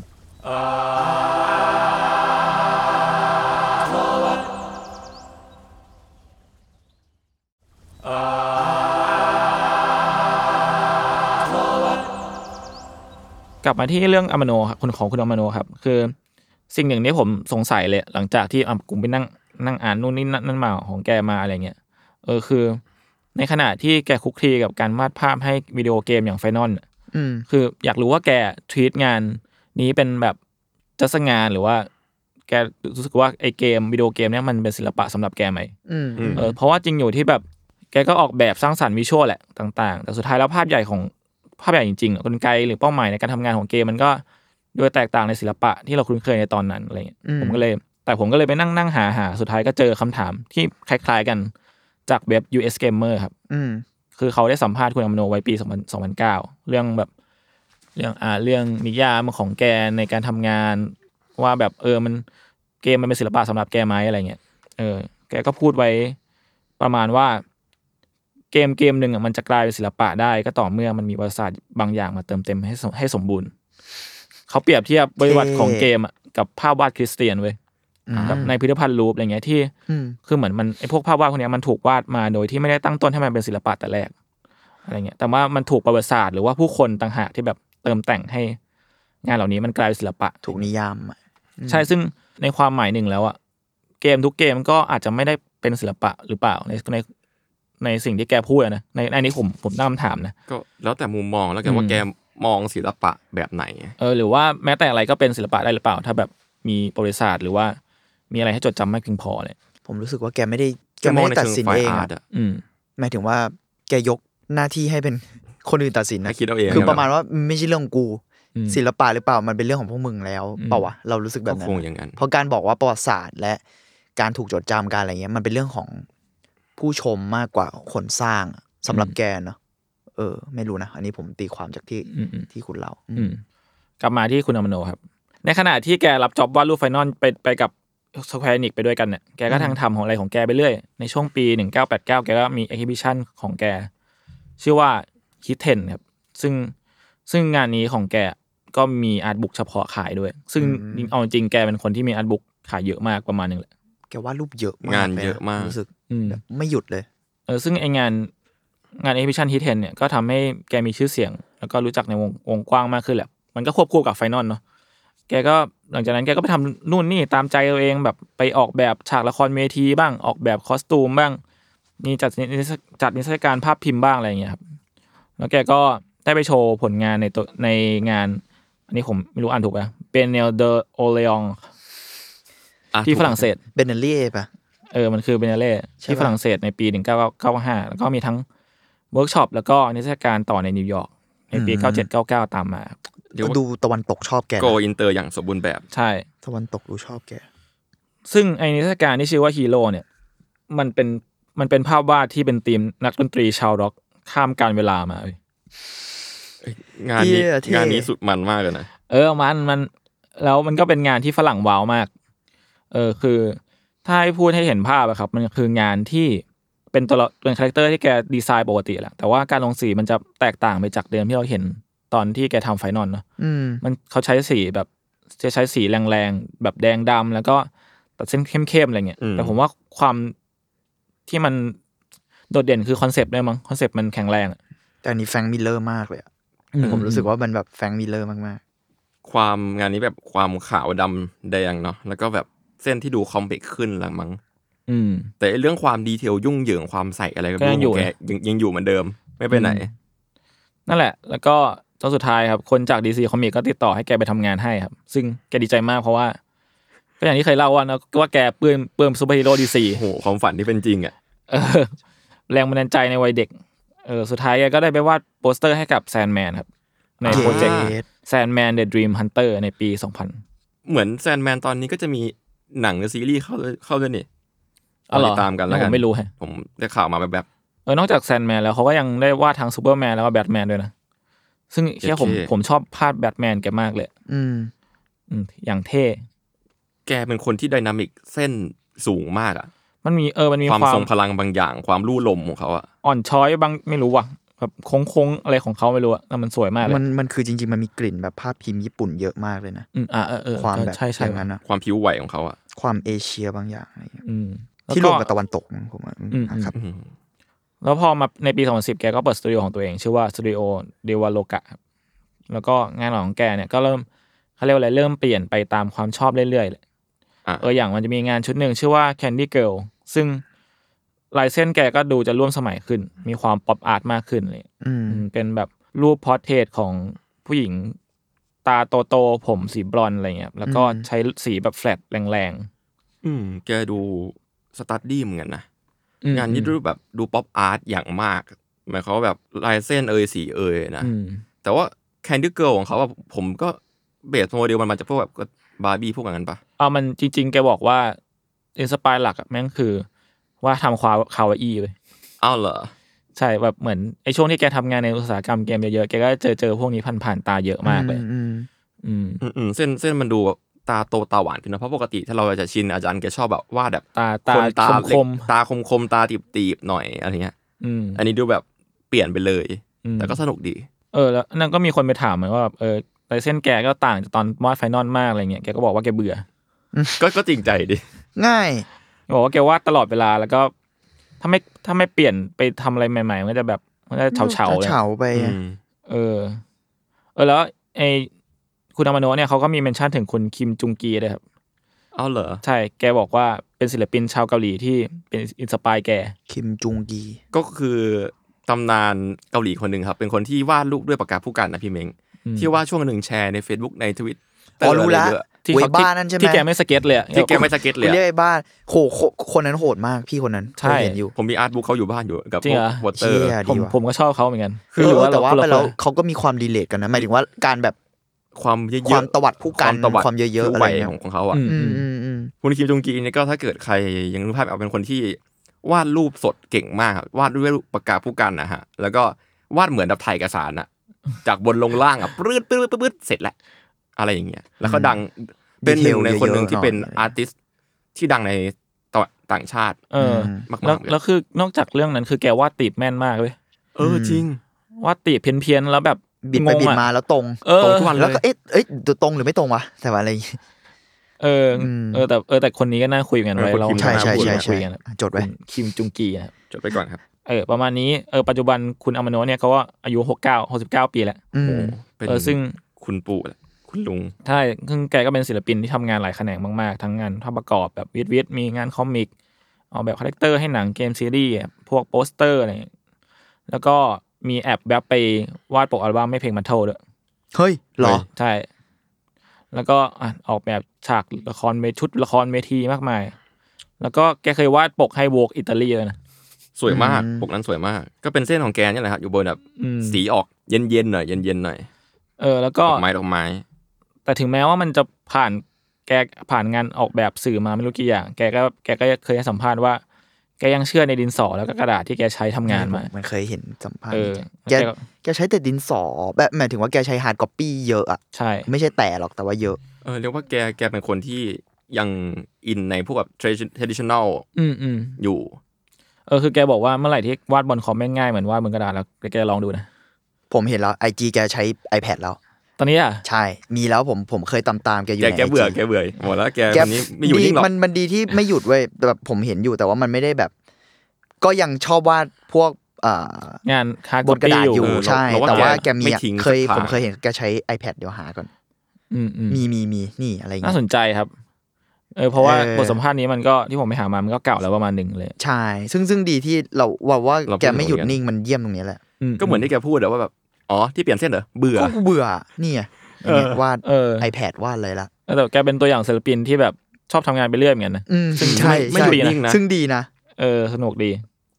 B: กลับมาที่เรื่องอามาโนะครับคุณของคุณอามาโนครับ คือ สิ่งหนึ่งที่ผมสงสัยเลย หลังจากที่อ่ะกลุ่มไปนั่งนั่งอ่านนู่นนี่นั่นนั่นมาของแกมาอะไรเงี้ยเออคือ ในขณะที่แกคลุกคลีกับการวาดภาพให้วิดีโอเกมอย่างไฟนอล
D: อืม
B: คืออยากรู้ว่าแกทวีตงานนี้เป็นแบบจะสงานหรือว่า แกรู้สึกว่าไอเกมวิดีโอเกมเนี้ยมันเป็นศิลปะสำหรับแกไหม
D: อืม
C: อืม
B: เออเพราะว่าจริงอยู่ที่แบบแกก็ออกแบบสร้างสรรค์วิชวลแหละต่าง ๆ แต่สุดท้ายแล้วภาพใหญ่ของภาพใหญ่จริงๆอะกลไกหรือเป้าหมายในการทำงานของเกมมันก็โดยแตกต่างในศิลปะที่เราคุ้นเคยในตอนนั้นอะไรเงี้ย
D: อืม
B: ผมก็เลย แต่ผมก็เลยไปนั่งนั่งหาหาสุดท้ายก็เจอคำถามที่คล้ายๆกันจากเว็บ US Gamer ครับ
D: อืม
B: คือเขาได้สัมภาษณ์คุณอมโนไว้ปี2009 เรื่องแบบเรื่องอ่าเรื่องนิยามของแกในการทำงานว่าแบบเออมันเกมมันเป็นศิลปะสำหรับแกไหมอะไรเงี้ยเออ แกก็พูดไว้ประมาณว่า เกมเกมหนึ่งอ่ะมันจะกลายเป็นศิลปะได้ก็ต่อเมื่อมันมีประวัติศาสตร์บางอย่างมาเติมเต็มให้สมให้สมบูรณ์ เขาเปรียบเทียบประวัติของเกมอ่ะกับภาพวาดคริสเตียนเว้ยกับในพิพิธภัณฑ์ลูฟอะไรเงี้ยที่
D: อืม
B: คือเหมือนมันไอ้พวกภาพวาดพวกเนี้ยมันถูกวาดมาโดยที่ไม่ได้ตั้งต้นให้มันเป็นศิลปะแต่แรกอะไรเงี้ย แต่ว่ามันถูกประวัติศาสตร์หรือว่าผู้คนต่างหากที่แบบเติมแต่งให้งานเหล่านี้มันกลายเป็นศิลปะ
D: ถูกนิยามอะ
B: ใช่ซึ่งในความหมายหนึ่งแล้วอะเกมทุกเกมก็อาจจะไม่ได้เป็นศิลปะหรือเปล่าในในในสิ่งที่แกพูดอะนะในในนี้ผมผมตั้งคำถามนะ
C: ก็แล้วแต่มุมมองแล้วกันว่าแกมองศิลปะแบบไหน
B: เออหรือว่าแม้แต่อะไรก็เป็นศิลปะได้หรือเปล่า ถ้าแบบมีประวัติศาสตร์หรือว่ามีอะไรให้จดจำมากเพียงพอเนี่ย
D: ผมรู้สึกว่าแกไม่ได้แก
C: แกม
D: ไม่
C: อง
D: ได้
C: ใน
D: ตัด
C: เชิง
D: สิน
C: ไฟ
D: เอง
C: อาร์
D: อะ
C: ตอะ
B: อืม
D: หมายถึงว่าแกยกหน้าที่ให้เป็น คนอื่นตัดสินนะ
C: ให้คิดเอาเอง
D: คือประมาณว่าไม่ใช่เรื่องกู
B: อืม
D: ศิลปะหรือเปล่ามันเป็นเรื่องของพวกมึงแล้ว
B: อืม
D: เปล่าวะเรารู้สึกแบ
C: ก็
D: บนั้
C: คน ง
D: อะ
C: อย่างนั้น
D: เพราะการบอกว่าประวัติศาสตร์ และการถูกจดจำการอะไรเงี้ยมันเป็นเรื่องของผู้ชมมากกว่าคนสร้างอะสำหรับแกเนาะเออ ไม่รู้นะ อันนี้ผมตีความจากที่
B: อืมอืม
D: ที่คุณเล่า
B: อืมกลับมาที่คุณอมโนครับ ในขณะที่แกรับจ็อบวาดรูปไฟนอลไปไปกับสแควร์นิกไปด้วยกันเนี่ยแกก็ทางทำของอะไรของแกไปเรื่อย ในช่วงปี 1989 แกก็มี e อ h i ิบิชันของแก ชื่อว่าคิเทนครับซึ่งซึ่งงานนี้ของแกก็มีอาร์ตบุ๊กเฉพาะขายด้วย ซึ่งเอาจริงๆแกเป็นคนที่มีอาร์ตบุ๊กขายเยอะมากประมาณหนึงแหละ
D: แกวาดรูปเยอะมาก
C: งาน
D: ล
C: เยอะมาก
D: รู้สึก
B: อืม
D: แบบไม่หยุดเลย
B: เออซึ่งไองานงานเอพิชันฮิตเทนเนี่ยก็ทำให้แกมีชื่อเสียง แล้วก็รู้จักในวงวงกว้างมากขึ้นแหละ มันก็ควบคู่กับไฟนอลเนาะแกก็หลังจากนั้นแกก็ไปทำนู่นนี่ตามใจตัวเองแบบไปออกแบบฉากละครเวทีบ้างออกแบบคอสตูมบ้างมีจัดนิทรรศจัดนิทรรศการภาพพิมพ์บ้างอะไรอย่างเงี้ยครับแล้วแกก็ได้ไปโชว์ผลงานในตัวในงาน อันนี้ผมไม่รู้อ่านถูกไหมเป็นเนลเดอโอเลอง
C: อ่ะ
B: ที่ฝรั่งเศส
D: เบนเนลี่ปะ
B: เออ มันคือเบเนเล่
D: ใช่
B: ที่
D: ปะ
B: ฝรั่งเศสในปี 1995 แล้วก็มีทั้งเวิร์กช็อปแล้วก็นิทรรศการต่อในนิวยอร์กในปี 9799 ตามมา
C: เดี๋ยว
D: ดูตะวันตกชอบแกนะ
C: โกอินเตอร์อย่างสมบูรณ์แบบ
B: ใช่
D: ตะวันตกดูชอบแก
B: ซึ่งไอนิทรรศการที่ชื่อว่าฮีโร่เนี่ย มันเป็นมันเป็นภาพวาดที่เป็นธีมนักดนตรีชาวร็อกข้ามการเวลามาเว้ย
C: งานนี้
D: เท่เท่
C: งานนี้สุดมันมากเลยนะ
B: เออ มันมันแล้วมันก็เป็นงานที่ฝรั่งว้าวมาก เออคือ ถ้าให้พูดให้เห็นภาพอะครับ มันคืองานที่เป็นตัวละเป็นคาแรคเตอร์ที่แกดีไซน์ปกติแหละแต่ว่าการลงสีมันจะแตกต่างไปจากเดิมที่เราเห็นตอนที่แกทำไฟนอลเนอะ
D: อืม
B: มันเขาใช้สีแบบจะใช้สีแรงๆ แบบแดงดำแล้วก็ตัดเส้นเข้มๆอะไรเงี้ย
C: อืม
B: แต่ผมว่าความที่มันโดดเด่นคือคอนเซปต์ด้วยมั้งคอนเซปต์มันแข็งแรงอะ
D: แต่อันนี้แฟรงค์มิลเลอร์มากเลยอะ
B: อืม
D: ผมรู้สึกว่ามันแบบแฟรงค์มิลเลอร์มาก
C: ความงานนี้แบบความขาวดำแดงเนาะแล้วก็แบบเส้นที่ดูคอมเพล็กซ์ขึ้นหลังมั้ง
B: อืม
C: แต่ไอ้เรื่องความดีเทลยุ่งเหยิงความใส่อะไรก็
B: ก็ยังอยู่
C: แก
B: นะ
C: ยังยังอยู่เหมือนเดิม ไม่ไปไหน
B: อืม นั่นแหละ แล้วก็ตอนสุดท้ายครับ คนจากดีซีคอมิกก็ติดต่อให้แกไปทำงานให้ครับ ซึ่งแกดีใจมากเพราะว่า ก็อย่างที่เคยเล่าว่านะว่าแกปลื้มปลื้มซูเปอร์ฮีโร่ดีซี
C: โอ้โหความฝันที่เป็นจริงอ่ะ
B: แรงบันดาลใจในวัยเด็ก เออ สุดท้ายแกก็ได้ไปวาดโปสเตอร์ให้กับแซนแมนครับ ใน
D: ๆ
B: โปรเจกต์
D: เกต
B: แซนแมนเดอะดรีมฮันเตอร์ในปี 2000
C: เหมือนแซนแมนตอนนี้ก็จะมีหนังหรือซีรีส์เข้าด้วยเข้าด้วยนี่
B: อ๋อเหรอ
C: ติดตามกันแล้วกั
B: ผ
C: น
B: มไม่รู้แฮะ
C: ผมได้ข่าวมาแบบ
B: เออนอกจากแซนแมนแล้วเขาก็ยังได้วาดทางซูเปอร์แมนแล้วก็แบทแมนด้วยนะ ซึ่งแค่ผม
C: เท่
B: ผมชอบภาพแบทแมนแกมากเลย
D: อืม
B: อืมอย่างเท่
C: ๆแกเป็นคนที่ไดินามิกเส้นสูงมากอ่ะ
B: มันมีเออมันมี
C: ความ
B: ความ
C: ทรงพลังบางอย่าง ความลู่ลมของเขาอ่ะ
B: อ่อนช้อยบางไม่รู้ว่ะแบบโค้งๆอะไรของเขาไม่รู้อะแต่มันสวยมากเลย
D: มันมันคือจริง ๆ มันมีกลิ่นแบบภาพพิมพ์ญี่ปุ่นเยอะมากเลยนะ
B: อืมอ่าเออเออ
D: ความแบบ
B: ใช่ใช่
D: อย่างนั้นอะ
C: ความผิวไหวของเขาอ่ะ
D: ความเอเชียบางอย่างอะไรอย่างเงี้ย
B: อืม
D: ที่ร
B: แล้
D: วมกับตะวันตกมั้งผมว่า
B: อืม
D: นะครับ
C: อืม
B: แล้วพอมาในปี 2010 แกก็เปิดสตูดิโอของตัวเอง ชื่อว่าสตูดิโอเดวาโลกะครับแล้วก็งานของแกเนี่ยก็เริ่มเขาเรียกว่าอะไรเริ่มเปลี่ยนไปตามความชอบเรื่อยๆเลย
C: อ่ะ
B: เอออย่างมันจะมีงานชุดหนึ่งชื่อว่า Candy Girl ซึ่งลายเส้นแกก็ดูจะร่วมสมัยขึ้น มีความป๊อปอาร์ตมากขึ้นเลย
D: อืม
B: อืมเป็นแบบรูปพอร์เทรตของผู้หญิงตาโตๆผมสีบลอนด์อะไรเงี้ย แล้วก็
D: อืม
B: ใช้สีแบบแฟลตแรง
C: อืมแกดูสตัดดี้เหมือนกันนะ
B: ๆอืม
C: งานนี้ดูแบบดูป๊อปอาร์ตอย่างมาก หมายความว่าแบบลายเส้นเอยสีเอยนะ
B: อืม
C: แต่ว่าแคนดี้เกิลของเขาอะผมก็เบสโมเดลมันมาจากพวกแบบบาร์บี้พวกอย่างนั้นปะ
B: เอามันจริงๆ แกบอกว่าอินสปายหลักอะแม่งคือ ว่าทำความคาวาอี้เลย
C: อ้าวเหรอ
B: ใช่แบบเหมือนไอ้ช่วงที่แกทำงานในอุตสาหกรรมเกมเยอะๆ แกก็เจอเจอพวกนี้ผ่านๆตาเยอะมากเลย
D: อืม
B: อืม
C: อืมอืมเส้นเส้นมันดูตาโตตาหวานขึ้นนะเพราะปกติถ้าเราจะชินอาจารย์แกชอบแบบวาดแบบ
B: ตาตา
C: คนตา
B: คม
C: ตาคมคมๆตาตีบตีบๆหน่อยอะไรเงี้ย
B: ๆอืม
C: อันนี้ดูแบบเปลี่ยนไปเลย
B: อืม
C: แต่ก็สนุกดี
B: เออแล้วนั่นก็มีคนไปถามเหมือนว่าแบบเออลายเส้นแกก็ต่างจากตอนวาดไฟนอลมากอะไรเงี้ยแกก็บอกว่าแกเบื่อ
C: ก็ก็จริงใจดิ
D: ง่าย
B: บอกว่าแกวาดตลอดเวลาแล้วก็ถ้าไม่ถ้าไม่เปลี่ยนไปทำอะไรใหม่ ๆ มันก็จะแบบมันก็จะเฉาเฉา
D: เฉาไปอะ
C: อืม
B: เออ เออแล้วไอคุณอามาโนะเนี่ยเขาก็มีเมนชั่นถึงคุณคิมจุงกีด้วยครับ
C: อ้าวเหรอ
B: ใช่แกบอกว่าเป็นศิลปินชาวเกาหลีที่เป็นอินสปายแก
D: คิมจุงกี
C: ก็คือตำนานเกาหลีคนหนึ่งครับ เป็นคนที่วาดรูปด้วยปากกาผู้กันนะพี่เม้ง
B: อืม
C: ที่ว่าช่วงหนึ่งแชร์ใน Facebook ในทวิต
D: อ๋อรู้ละ
B: ที่
D: เว้ย
B: เขา
D: บ้านั่นใช่ไหม
B: ที่แกไม่สเก็ตเลยอะ
C: ที่แกไม่สเก็ตเลย
D: เรียก
C: อะ
D: ไอ้บ้านโหโคคนนั้นโหดมากพี่คนนั้น
B: ใช่
D: เคยเห็นอยู่
C: ผมมีอาร์ตบุ๊กเขาอยู่บ้านอยู่กับ
B: จริงเหรอ
C: วอเตอ
D: เชี่
C: ร์
D: ย
B: ผม
D: ดีว่ะ
B: ผมก็ชอบเขาเหมือนกัน
D: คือ
B: หรือว่า
D: แต่
B: เรา
D: ว่า
B: คน
D: ไป
B: ละ
D: แล้ว
B: คน
D: เขาก็มีความดีเลทกันนะหมายถึงว่าการแบบ
C: ความเยอะๆ
D: ความตวัดผู้กัน
C: ความตวัด
D: ความเยอะๆ
C: ผู้
D: อะไร
C: ไหว
D: เงี้ย
C: ของของเขาอ่ะ
B: อื
D: อื
B: ม
D: มอืมอืม
C: คุณคิมจงกีเนี่ยก็ถ้าเกิดใครยังรู้ภาพเอาเป็นคนที่วาดรูปสดเก่งมากครับวาดด้วยปากกาผู้กันนะฮะ แล้วก็วาดเหมือนดับถ่ายเอกสารอะจากบนลงล่างอะปรืดปรืดปรืดเสร็จแล้วอะไรอย่างเงี้ยแล้วก็ดังเป็นหนึ่งในคนหนึ่งที่เป็นอาร์ติสที่ดังในต่างชาติ
B: เออ
C: มาก
B: แล้ว
C: ๆเลย
B: แล้วคือนอกจากเรื่องนั้นคือแกวาดตีบแม่นมากเลย
C: เออจริง
B: วาดตีบเพี้ยนๆแล้วแบบ
D: บิดไป
B: งง
D: บิด
B: อะ
D: มาแล้วตรง
B: เออ
D: ตรงทุกวัน
C: เลย
D: แล้วก็เอ๊ะเอ๊ะตรงหรือไม่ตรงวะแต่ว่าอะไรอย่างเงี้ย
B: เอออ
D: ม
B: เออแต่เออแต่คนนี้ก็น่าคุยกันไว้
C: เออคน
B: เรา
C: คิม
D: ใช่
B: หา
D: ใช่
B: พูด
D: ใช่
B: มา
D: ใช่
B: คุยกันอะ
D: จดไว้
B: คุณคิมจุงกีนะครับ
C: จดไปก่อนครับ
B: เออประมาณนี้เออปัจจุบันคุณอามาโนะเนี่ยเขาว่าอายุหกเก้าหกสิบเก้าปีแล้ว
D: อื
C: โอ้
D: ม
C: เป็น
B: เออซึ่ง
C: คุณปู่และคุณลุง
B: ใช่ซึ่งแกก็เป็นศิลปินที่ทำงานหลายแขนงมากๆ ทั้งงานภาพประกอบแบบวิดวิดมีงานคอมิกออกแบบคาแรคเตอร์ให้หนังเกมซีรีส์อะพวกโปสเตอร์อะไรอย่างเงี้ยแล้วก็มีแอบแบบไปวาดปกอัลบั้มไม่เพลงมันเท่าด้วย
D: เฮ้ยเหรอ
B: ใช่ แล้วก็อ่ะออกแบบฉากละครเวชุดละครเวทีมากมาย แล้วก็แกเคยวาดปกให้โวกอิตาลีเลยนะ
C: สวยมาก
D: อืม
C: ปกนั้นสวยมาก ก็เป็นเส้นของแกเนี่ยแหละครับอยู่บนแบบ
B: อืม
C: สีออกเย็นๆหน่อยเย็นๆหน่อย
B: เออ แล้วก็
C: ดอกไม้ดอกไม้
B: แต่ถึงแม้ว่ามันจะผ่านแกผ่านงานออกแบบสื่อมาไม่รู้กี่อย่าง แกก็แกก็เคยให้สัมภาษณ์ว่า แกยังเชื่อในดินสอแล้วก็กระดาษที่แกใช้ทำงานมา
D: มันเคยเห็นสัมภาษ
B: เอ
D: ณ์
B: อ
D: แก
B: แล้วแกก็
D: แกใช้แต่ดินสอแบบหมายถึงว่าแกใช้ฮาร์ดคอปปี้เยอะอะ
B: ใช่
D: ไม่ใช่แต่หรอกแต่ว่าเยอะ
C: เออเรียกว่าแกแกเป็นคนที่ ยังอินในพวกแบบ traditional
B: อืมอืม
C: อยู่
B: เออคือแกบอกว่าเมื่อไหร่ที่วาดบนคอมแม่งง่ายเหมือนวาดบนกระดาษแล้วแกลองดูนะ
D: ผมเห็นแล้วไอจีแกใช้ iPad แล้ว
B: ตอนนี้อ่ะ
D: ใช่ มีแล้วผมผมเคยตามตามๆแกอยู่
C: แก
D: ใน
C: แกเบื่อ
D: ไจี
C: แกเบื่อหมดแล้วแก
D: แก
C: วันนี้ไม่อยู่
D: ดี
C: นิ่งหรอก
D: มันมันดีที่ไม่หยุดเว้ยแต่แบบผมเห็นอยู่แต่ว่ามันไม่ได้แบบ ก็ยังชอบวาดพวกอ่าง
B: านคาร์ด
D: บนกระดาษ
B: ปี้
D: อยู่ใช่ แต่ว่าแกมี
C: ไม่
D: อะ
C: ทิ้ง
D: เคย
C: สักทาง
D: ผมเคยเห็นแกใช้ iPad เดี๋ยวหาก่อน
B: อืมอืม
D: มีมีมีนี่อะไรอย่าง
B: น่าส
D: เงี้ย
B: นใจครับ เออเพราะว่า
D: เออ
B: บทสัมภาษณ์นี้มันก็ที่ผมไปหามามันก็เก่าแล้วประมาณหนึ่งเลย
D: ใช่ ซึ่งซึ่งดีที่เราว่าว่า
C: เราพูด
D: แกไม่หยุด
C: เหมือนกัน
D: นิ่งมันเยี่ยมตรงนี้แหละ
C: ก็เหมือนที่แกพูดอะว่าแบบอ๋อที่เปลี่ยนเส้นเหรอเบื่อ
D: ก็กูเบื่อนี่ไง
B: เออ
D: วาด
B: เออ
D: iPad วาดเลยละ
B: แต่แกเป็นตัวอย่างศิลปินที่แบบชอบทำงานไปเรื่อยเหมือนกันนะ
D: อืม
C: ซึ่ง
D: ใช่
C: ไม่
D: ใช่
C: ไม่หยุดนิ่งนะ
D: ซึ่งดีนะ
B: เออสนุกดี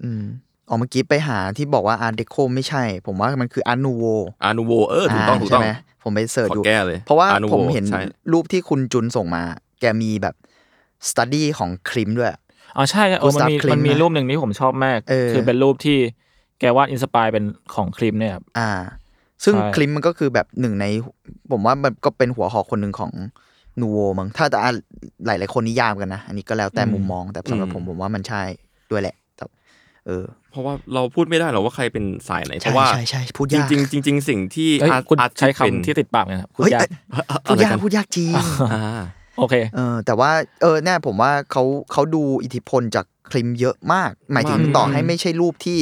D: อืมอ๋อเมื่อกี้ไปหาที่บอกว่าอาร์เดโคไม่ใช่ ผมว่ามันคืออาร์นูโว
C: อานูโวเออถูกต้องถูกต้อง
D: ใช่ไหมผมไปเสิร์ช
C: ขอ
D: ดู
C: แก้เลย
D: เพราะว่า
C: Art Nouveau
D: ผมเห็น
C: ใช่
D: รูปที่คุณจุนส่งมา แกมีแบบสตัดดี้ของคริมด้วย
B: อ๋อใช่เออมันมี
D: Gustav Klimt
B: มันมี
D: นะ
B: รูปหนึ่งที่ผมชอบมาก
D: เออ
B: คือเป็นรูปที่แกวาดอินสปายเป็นของคลิปเนี่ยครับ
D: อ่า ซึ่ง
B: ใช่
D: คริมมันก็คือแบบหนึ่งใน ผมว่ามันก็เป็นหัวหอกคนหนึ่งของนูโวมั้งถ้าแต่อ่ะหลาย ๆ คนนิยามกันนะ อันนี้ก็แล้วแต่มุมมองแต่สำหรับผมผมว่ามันใช่ด้วยแหละแต่เออ
C: เพราะว่าเราพูดไม่ได้หรอกว่าใครเป็นสายไหน เพ
D: ใช่
C: ราะว่า
D: ใช่ใช่พูด
C: จ
D: ยาก
C: ริงๆจริง ๆ สิ่งที่
B: เอ้ย
C: อาร์ต
B: คุณ
C: อาร์ต
B: ใช้คำ
C: เป็น
B: ที่ติดปากเนี่ยครับคุณ
D: เฮ้ย
B: ยาก
D: พูดยากพูดยากจริง
C: อ่า
B: โอเค
D: เออแต่ว่าเออแน่ยผมว่าเขาเขาดูอิทธิพลจากคลิมเยอะมาก หมายถึง
C: มาก
D: ต่อให้ไม่ใช่รูปที่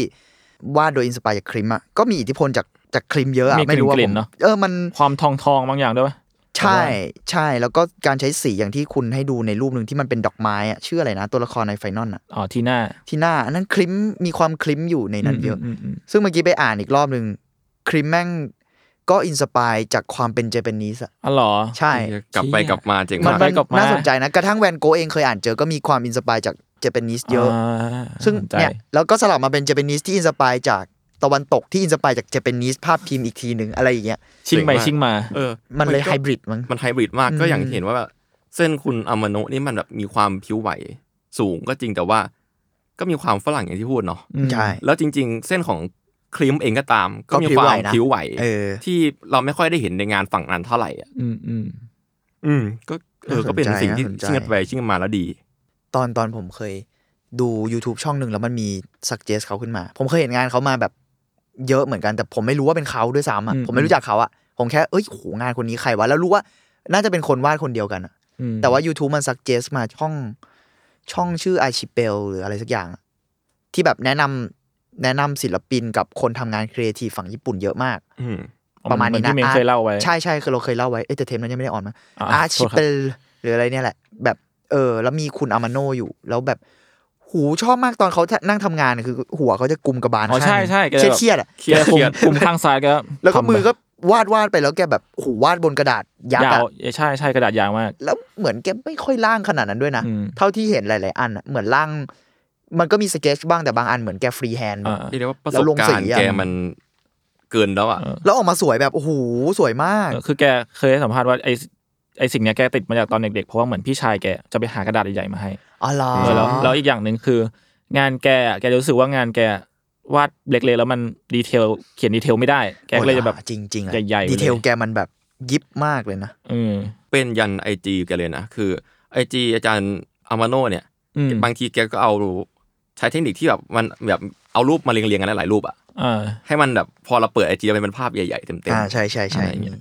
D: วาดโดยอินสปายจากคลิมอ่ะก็มีอิทธิพลจากจากคลิมเยอะอะ
B: มี
D: ไม่รู้ว่าผ
B: กลิ่
D: ม
B: นๆเนอะ
D: เออมัน
B: ความทองทองๆบางอย่างด้วยปะ
D: ใช่ใช่แล้วก็การใช้สีอย่างที่คุณให้ดูในรูปหนึ่งที่มันเป็นดอกไม้อ่ะชื่ออะไรนะ ตัวละครในไฟนอลอ่ะ
B: อ๋อที่หน้า
D: ที่หน้าอันนั้นคลิมมีความคลิมอยู่ในนั้นเยอะ
B: มมม
D: ซึ่งเมื่อกี้ไปอ่านอีกรอบหนึ่งคลิมแม่งก็อินสปายจากความเป็นเจแปนนิสอะ
B: อ๋อเหรอ
D: ใช่
C: กลับไป
B: เชี่ย
C: กลับมาเจ๋ง
D: มัน
C: มาก
B: ไป
D: มัน
B: กลับมา
D: น่าสนใจนะ กระทั่งแวนโกะเองเคยอ่านเจอก็มีความอินสปายจากเจแปนนิสเยอะ
B: า
D: ซึ่ง
B: สใจ
D: เนี่ยแล้วก็สลับมาเป็นเจแปนนิสที่อินสปายจากตะวันตกที่อินสปายจากเจแปนนิสภาพพิมพ์อีกทีหนึ่งอะไรอย่างเงี้ย
B: ชิงไป
C: เจ๋งมาก
B: ชิงมา
C: เออ
D: มันเลยไฮ
C: ก็
D: บริดมั้ง
C: มันไฮบริดมาก
D: อืม
C: ก็อย่างที่เห็นว่าแบบเส้นคุณอามาโนะนี่มันแบบมีความผิวไหวสูงก็จริงแต่ว่า ก็มีความฝรั่งอย่างที่พูดเนาะ
D: ใช่
C: แล้วจริง ๆ เส้นของคลิมเองก็ตาม ก็มี
D: ก็ผิ
C: คว วา
D: ไหว
C: ม
D: นะ
C: ผิวไหว
D: เออ
C: ที่เราไม่ค่อยได้เห็นในงานฝั่งนั้นเท่าไหร่อ่ะ
B: อืมอืม
C: อืม ก็เออก็เป็น
D: น่าสนใจ
C: สิ่งที่
D: น่าสนใจ
C: ชิ่งกันไปชิ่งกันมาแล้วดี
D: ตอนตอนผมเคยดู YouTube ช่องหนึ่งแล้วมันมีสักเจสเขาขึ้นมา ผมเคยเห็นงานเขามาแบบเยอะเหมือนกันแต่ผมไม่รู้ว่าเป็นเขาด้วยซ้ำอ่ะผมไม่รู้จักเขาอ่ะผมแค่เอ้ยโหงานคนนี้ใครวะแล้วรู้ว่าน่าจะเป็นคนวาดคนเดียวกันอะ
B: อืม
D: แต่ว่า YouTube มันซักเจสมาช่องช่องชื่อ i อชิเปลหรืออะไรสักอย่างอะที่แบบแนะนำแนะนำศิลปินกับคนทำงานครีเอทีฟฝั่งญี่ปุ่นเยอะมาก
C: อืม
D: ประมาณ
B: เห
D: นี้
B: อที่
D: นะ
B: เมง
D: อาร์ต
B: เคยเล่าไว้
D: ใช่ใช่คือเราเคยเล่าไว้เอ้ยแต่เทปนั้นยังไม่ได้ออนมา
B: ะ
D: อาร์ชิ
B: โทษค
D: เป
B: บ
D: ลหรืออะไรเนี่ยแหละ แบบเออ แล้วมีคุณอามาโนอยู่แล้วแบบหูชอบมากตอนเขานั่งทำงานคือ หัวเขาจะกุมกระบาล
B: อ๋อใช่
D: ข้างหนึ่ง
B: ใช่แก
D: เครียด
B: แบบ
D: เครียดๆอะ
B: เครียดคุมคุมข้างซ้ายก็
D: แล้วก็
B: ทำ
D: มือ
B: แบบ
D: ก็วาดวาดไปแล้วแกแบบหูวาดบนกระดาษยักษ์
B: ยา
D: อะ
B: วใช่ใช่กระดาษยาวมาก
D: แล้วเหมือนแกไม่ค่อยล่างขนาดนั้นด้วยนะ
B: อืม
D: เท่าที่เห็นหลาย ๆ อันอะเหมือนล่าง มันก็มีสเกจบ้างแต่บางอันเหมือนแกฟรีแฮนด์
B: อ่า
C: เรียกได้ว่าประ
D: แล้
C: ส
D: ว
C: บ
D: ลง
C: กา
D: สี
C: รณ์
D: อะ
C: แกมันเกินแล้วอ่ะ
B: เออ
D: แล้วออกมาสวยแบบ โอ้โห สวยมาก
B: เออคือแกเคยให้สัมภาษณ์ว่าไอ้ไอ้สิ่งเนี้ยแกติดมาจากตอนเด็กๆ เพราะว่าเหมือนพี่ชายแกจะไปหากระดาษใหญ่ๆมาให้
D: อ๋อเหรอ
B: เออแล้วแล้วอีกอย่างหนึ่งคือ งานแกอะแกรู้สึกว่างานแกวาดเล็กๆ แล้วมันดีเทลเขียนดีเทลไม่ได้ แกก็เลยจะแบบ
D: จริงจริงๆอะ
B: ใหญ่ๆไปเลย
D: ดีเทลแกมันแบบยิบมากเลยนะ
B: เออ
C: เป็นยันไอจีแกเลยนะ คือไอจีอาจารย์อามาโนเนี่ย
B: อืม
C: บางทีแกก็เอาใช้เทคนิคที่แบบมันแบบเอารูปมาเรียงเรียงๆกันหลายๆรูปอ่ะ
B: อ่า
C: ให้มันแบบพอเราเปิดไอจีมันเป็นภาพใหญ่ๆ เต็มๆ
D: อ่าใช่ใช่ใช่
C: อะไรอย่างเงี้ย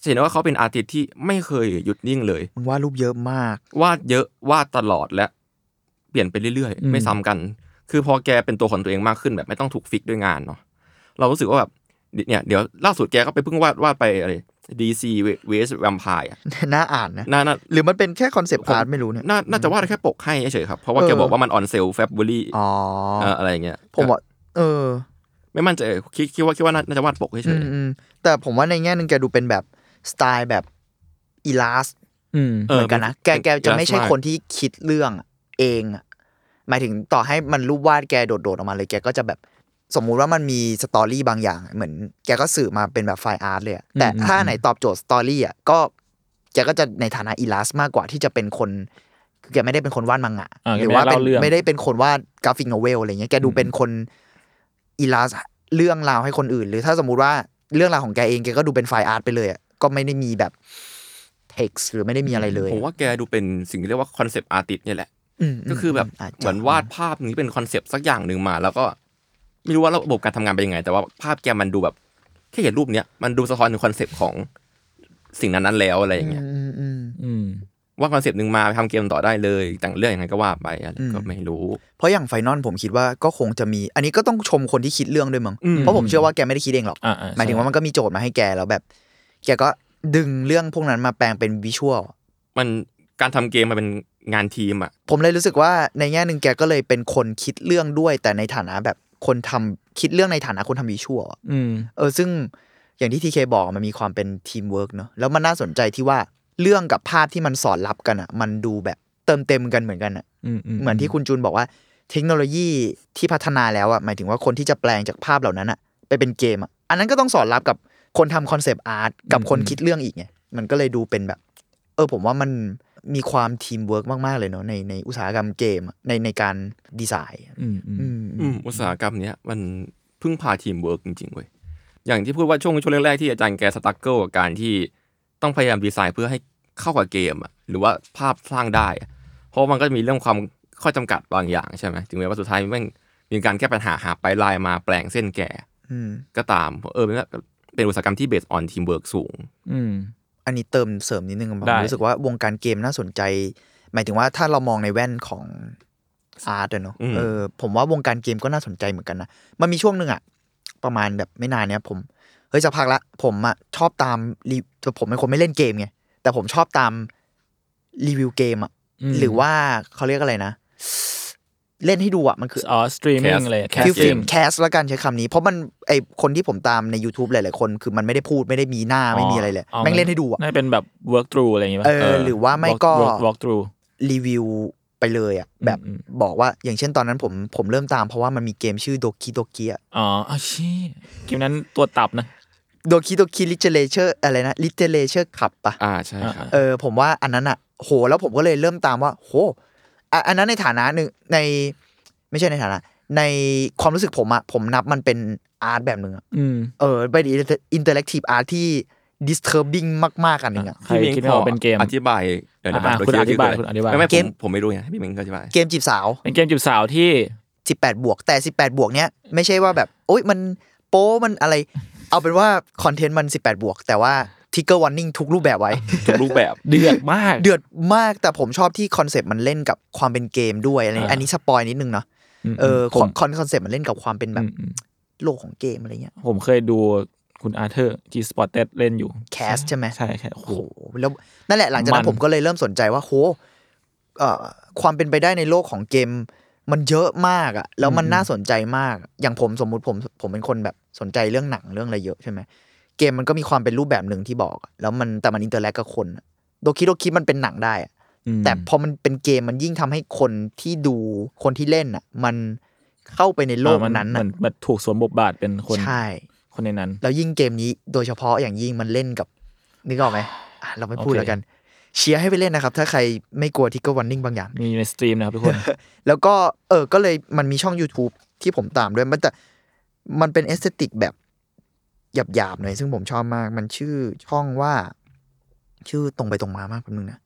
C: จะเห็นว่าเขาเป็นอาร์ติสต์ที่ไม่เคยหยุดนิ่งเลย
D: มึงว่าดรูปเยอะมาก
C: วาดเยอะวาดตลอดและเปลี่ยนไปเรื่อย
B: อืม
C: ๆ ไม่ซ้ำกัน คือพอแกเป็นตัวของตัวเองมากขึ้นแบบไม่ต้องถูกฟิกด้วยงานเนาะเรารู้สึกว่าแบบเนี่ยเดี๋ยวล่าสุดแกก็ไปเพิ่งวาดวาดไปอะไรดีซีเวสแวม พาย
D: น่าอ่านนะ
C: น่าน่า
D: หรือมันเป็นแค่คอนเซปต์อาร์ตไม่รู้เนี่ย
C: น่าน่าจะวาดแค่ปกให้เฉยๆครับ เพราะว่าแก
D: เออ
C: บอกว่ามันออนเซลเฟบ r รี
D: อ๋ออ
C: อะไรอย่างเงี้ย
D: ผมว่า เออ
C: ไม่มั่นใจคิดคิดว่าคิดว่าน่าน่าจะวาดปกเฉ
D: อื
C: ย
D: มอืมแต่ผมว่าในแง่หนึ่งแกดูเป็นแบบสไตล์แบบอีลาส
B: อืม
C: ๆ
D: เหมือนกันนะ แก
C: เป็
D: แกจะไม่ใช่
C: เป็
D: คนที่คิดเรื่องเองอะหมายถึงต่อให้มันรูปวาดแกโดดๆออกมาเลยแกก็จะแบบ สมมุติว่ามันมีสตอรี่บางอย่าง เหมือน แกก็สื่อมาเป็นแบบไฟล์อาร์ตเลยอะแต่
B: อืม
D: ถ้าไหนตอบโจทย์สตอรี่อ่ะ ก็แกก็จะในฐานะอีลัสมากกว่าที่จะเป็นคนคือแกไม่ได้เป็นคนวาดมังงะ
B: อ่า
D: หรืว่าเป็น
B: แกไม่ได้เล่าเรื่อง
D: ไม่ได้เป็นคนวาดกราฟิกโนเวลอะไรเงี้ยแกดูเป็นคนอีลัสเรื่องราวให้คนอื่น หรือถ้าสมมุติว่าเรื่องราวของแกเองแกก็ดูเป็นไฟล์อาร์ตไปเลยอะก็ไม่ได้มีแบบ แท text หรือไม่ได้มีอะไรเลย
C: ผมว่าแกดูเป็นสิ่งที่เรียกว่าคอนเซปต์อาร์ติสเนี่ยแหละ
D: ม
C: ก็คือแบบ
D: าจจะ
C: เหมือนวาดภาพนี้เป็นคอนเซปต์สักอย่างหนึ่งมา แล้วก็ไม่รู้ว่าระบบการทำงานเป็นยังไง แต่ว่าภาพแกมันดูแบบแค่เห็นรูปเนี้ยมันดูสะท้อนถึงคอนเซปต์ของสิ่งนั้นๆแล้วอะไรอย่างเงี้ย
D: อืมอืม
B: อืม
C: ว่าคอนเซปต์หนึ่งมาทำเกมต่อได้เลยแต่งเรื่องยังไงก็ว่าไปอะไร
D: อืม
C: ก็ไม่รู้
D: เพราะอย่างไฟนอลผมคิดว่าก็คงจะมี อันนี้ก็ต้องชมคนที่คิดเรื่องด้วยมั้ง
C: อืม
D: เพราะผมเชื่อว่าแกไม่ได้คิดเองหรอก
B: อ่าอ่าใช่
D: หมายถึงว่ามันก็มีโจทย์มาให้แกแล้วแบบ แกก็ดึงเรื่องพวกนั้นมาแปลงเป็นวิชวล
C: มันการทำเกมมันเป็นงานทีมอ่ะ
D: ผมเลยรู้สึกว่าในแง่หนึ่งแกก็เลยเป็นคนคิดเรื่องด้วย แต่ในฐานะแบบคนทำคิดเรื่องในฐานะคนทำวิชวลอะ
B: อืม
D: เออซึ่งอย่างที่ทีเคบอกมันมีความเป็นทีมเวิร์กเนอะแล้วมันน่าสนใจที่ว่าเรื่องกับภาพที่มันสอนรับกันอะมันดูแบบเติมเต็มกันเหมือนกันอะ
B: อืม
D: เหมือนที่คุณจูนบอกว่าเทคโนโลยีที่พัฒนาแล้วอ่ะหมายถึงว่าคนที่จะแปลงจากภาพเหล่านั้นอ่ะไปเป็นเกมอ่ะอันนั้นก็ต้องสอดรับกับคนทำคอนเซปต์อาร์ตกับคนคิดเรื่องอีกไงมันก็เลยดูเป็นแบบ เออผมว่ามันมีความทีมเวิร์กมาก ๆ เลยเนาะในในอุตสาหกรรมเกมอะในในการดีไซน์อะ
B: อืมอืม
D: อืม
C: อืมอุตสาหกรรมเนี้ยมันพึ่งพาทีมเวิร์กจริงๆเว้ยอย่างที่พูดว่าช่วงช่วงแรกๆที่อาจารย์แกสตั๊กเกิลกับการที่ต้องพยายามดีไซน์เพื่อให้เข้ากับเกมอะหรือว่าภาพสร้างได้อะเพราะมันก็มีเรื่องความข้อจำกัดบางอย่างใช่ไหมถึงแม้ว่าสุดท้ายมันมีการแก้ปัญหาหาไปลายมาแปลงเส้นแก่
D: อืม
C: ก็ตามเออเป็นว่าเป็นอุตสาหกรรมที่เบสออนทีมเวิร์กสูง
B: อืม
D: อันนี้เติมเสริมนิดนึงผม
B: ได้
D: รู้สึกว่าวงการเกมน่าสนใจ หมายถึงว่าถ้าเรามองในแว่นของอาร์ตอะเนอะ
C: อืม
D: เออผมว่าวงการเกมก็น่าสนใจเหมือนกันนะ มันมีช่วงหนึ่งอะประมาณแบบไม่นานเนี้ยผมเฮ้ยสักพักละผมอะชอบตามรีผมเป็นคนไม่เล่นเกมไงแต่ผมชอบตามรีวิวเกมอะ
B: อืม
D: หรือว่าเขาเรียกอะไรนะ เล่นให้ดูอะมันคือ
B: อ๋อสตรีมมิ่ง
C: Cast
B: เลย
C: Cast
D: ฟิล
C: Film
D: ฟิล์มแคสละกันใช้คำนี้ เพราะมันไอคนที่ผมตามใน YouTube หลายๆคน คือมันไม่ได้พูดไม่ได้มีหน้าไม่มีอะไรเลย
B: อ๋อ
D: แม่งเล่นให้ดูอะ
B: น่าเป็นแบบ work through อะไรอย่างงี้ป่ะ
D: เออหรือว่าไม่ก็
B: walk- walk through
D: รีวิวไปเลยอะแบบ
B: อืม
D: บอกว่าอย่างเช่นตอนนั้นผมผมเริ่มตามเพราะว่ามันมีเกมชื่อโดคิโดกิอะ
B: อ๋อเอาชี้เกมนั้นตัวตับนะ
D: โดคิโดกิลิเทเลเชอร์อะไรนะลิเทเลเชอร์ขับปะ
C: อ่าใช่ครับ
D: เออผมว่าอันนั้นอะโหแล้วผมก็เลยเริ่มตามว่า โหอ่ะอันนั้นในฐานะหนึ่งในไม่ใช่ในฐานะ ในความรู้สึกผมอะผมนับมันเป็นอาร์ตแบบหนึ่งอะ
B: อืม
D: เออเป็นอินเตอร์แอคทีฟอาร์ที่ disturbing มาก ๆ อันหนึ่งอะ
B: ใครคิดไม่ออกเป็นเกม
C: อธิบายเดี๋ยวนะ
B: อ่ะคุณอธิบายคุณอธิบาย
C: ไม่ไม่ผมผมไม่รู้ไงให้พี่เม้งอธิบาย
D: เกมจีบสาว
B: เป็นเกมจีบสาวที่
D: 18 บวก แต่ 18 บวกเนี้ยไม่ใช่ว่าแบบโอ๊ยมันโป้มันอะไร เอาเป็นว่าคอนเทนต์มัน 18 บวก แต่ว่าทิกเกอร์วันนิ่งทุกรูปแบบไว้
C: ทุกรูปแบบ
B: เดือดมาก
D: เดือดมากแต่ผมชอบที่คอนเซปต์มันเล่นกับความเป็นเกมด้วยอะไร
B: อ่า
D: อันนี้สปอยนิดนึงเนาะ
B: ม
D: เออ
B: ผม
D: คอนคอนเซปต์มันเล่นกับความเป็นแบ
B: อื
D: บ
B: มอืม
D: โลกของเกมอะไรเงี้ย
B: ผมเคยดูคุณอาร์เธอร์จีสปอร์ตเตเล่นอยู่
D: แคสใช่ไหม
B: ใช่ใช่โอ้โห
D: โอ้โหแล้วนั่นแหละหลังจากนั้
B: มัน น
D: ผมก็เลยเริ่มสนใจว่าโหเอ่อความเป็นไปได้ในโลกของเกม มันเยอะมากอะแล้วมันน่าสนใจมาก อย่างผมสมมุติผมผมเป็นคนแบบสนใจเรื่องหนังเรื่องอะไรเยอะใช่ไหมเกมมันก็มีความเป็นรูปแบบหนึ่งที่บอกอะแล้วมันแต่มันอินเตอร์แลกกับคนอะโดคิโดคิมันเป็นหนังได้อะ
B: อืม
D: แต่พอมันเป็นเกมมันยิ่งทำให้คนที่ดูคนที่เล่นอะมันเข้าไปในโลก
B: อ่ะมั
D: นั้น
B: มั
D: อะ
B: นมันถูกสวมบทบาทเป็นคน
D: ใช่
B: คนในนั้น
D: แล้วยิ่งเกมนี้โดยเฉพาะอย่างยิ่งมันเล่นกับนึกออกไหมอ่ะเราไม่พูด
B: โอเค
D: แล้วกันเชียร์ให้ไปเล่นนะครับ ถ้าใครไม่กลัวทิกเกอร์วันนิ่งบางอย่าง
B: มีอยู่ในสตรีมนะครับทุกคน
D: แล้วก็เออก็เลยมันมีช่อง YouTube ที่ผมตามด้วย มันแต่มันเป็นเอสเตติกแบบหยาบๆหน่อยซึ่งผมชอบมาก มันชื่อช่องว่า ชื่อตรงไปตรงมามากคนนึงนะ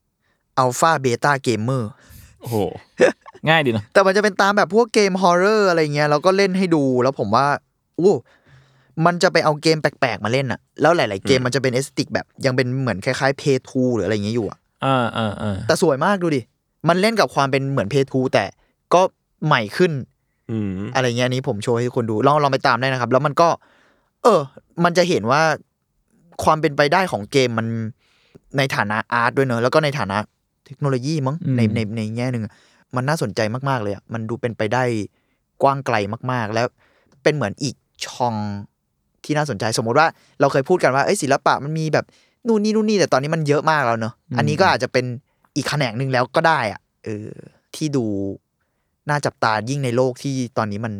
D: อัลฟาเบต้าเกมเมอร์
C: โอ้โห
B: ง่ายดีเนาะ
D: แต่มันจะเป็นตามแบบพวกเกมฮอร์เรอร์อะไรเงี้ยแล้วก็เล่นให้ดูแล้วผมว่าอู้มันจะไปเอาเกมแปลกๆมาเล่นอะแล้วหลายๆเกมมันจะเป็นเอสติกแบบยังเป็นเหมือนคล้ายๆเพทูหรืออะไรเงี้ยอยู่อะ
B: อ่าอ่าอ่า
D: แต่สวยมากดูดิ มันเล่นกับความเป็นเหมือนเพทูแต่ก็ใหม่ขึ้น
C: อืม
D: อะไรเงี้ยอันนี้ผมโชว์ให้ทุกคนดูลองลองไปตามได้นะครับ แล้วมันก็ เออ มันจะเห็นว่าความเป็นไปได้ของเกมมันในฐานะอาร์ตด้วยเนอะแล้วก็ในฐานะเทคโนโลยีมั้งในในในแง่หนึ่งอะมันน่าสนใจมาก ๆ เลยอะมันดูเป็นไปได้กว้างไกลมาก ๆ แล้วเป็นเหมือนอีกช่องที่น่าสนใจสมมติว่าเราเคยพูดกันว่าเอ้ยศิลปะมันมีแบบนู่นนี่นู่นนี่แต่ตอนนี้มันเยอะมากแล้วเนอะอันนี้ก็อาจจะเป็นอีกแขนงหนึ่งแล้วก็ได้อะเออที่ดูน่าจับตายิ่งในโลกที่ตอนนี้มัน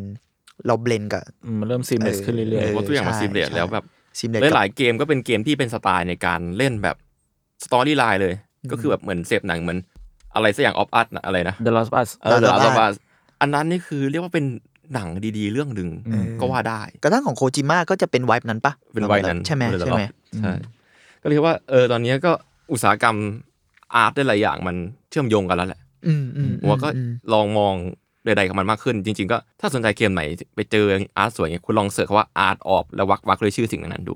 D: เราเบลนกับ
B: อืมมันเริ่มซีมเลสขึ้นเรื่อย
C: เพ
D: เอ
C: ราะทุกอย่างมัน
D: ใช่
C: ซีเรียส
D: ใช่
C: แล้วแบบ
D: ซิมเล
C: หลายๆเกมก็เป็นเกมที่เป็นสไตล์ในการเล่นแบบสตอรี่ไลน์เลย ก็คือแบบเหมือนเสพหนังเหมือนอะไรสักอย่างออฟอาร์ตอะไรนะ
B: ๆ The Last of Us
C: เออลาลาบาอันนั้นนี่คือเรียกว่าเป็นหนังดีๆ เรื่องหนึ่งก็ว่าได้
D: กระทั่งของโคจิมะก็จะเป็นไวบ์นั้นปะ
C: เป็นวัยนั้น
D: ใช่ไหม
C: เลยเหรอ
D: ใช่ไหม
C: ใช่ก็เลยว่าเออตอนนี้ก็ อุตสาหกรรมอาร์ตได้หลายอย่างมันเชื่อมโยงกันแล้วแหละ
D: อืมอืม
C: ผมว่าก็
D: อืม
C: ลองมองใดๆของมันมากขึ้น จริง ๆ ก็ถ้าสนใจเกมไหนไปเจออาร์ตสวยอย่างเงี้ยคุณลองเสิร์ชคำว่าอาร์ตออฟแล้ววักวักเลยชื่อสิ่งนั้นๆดู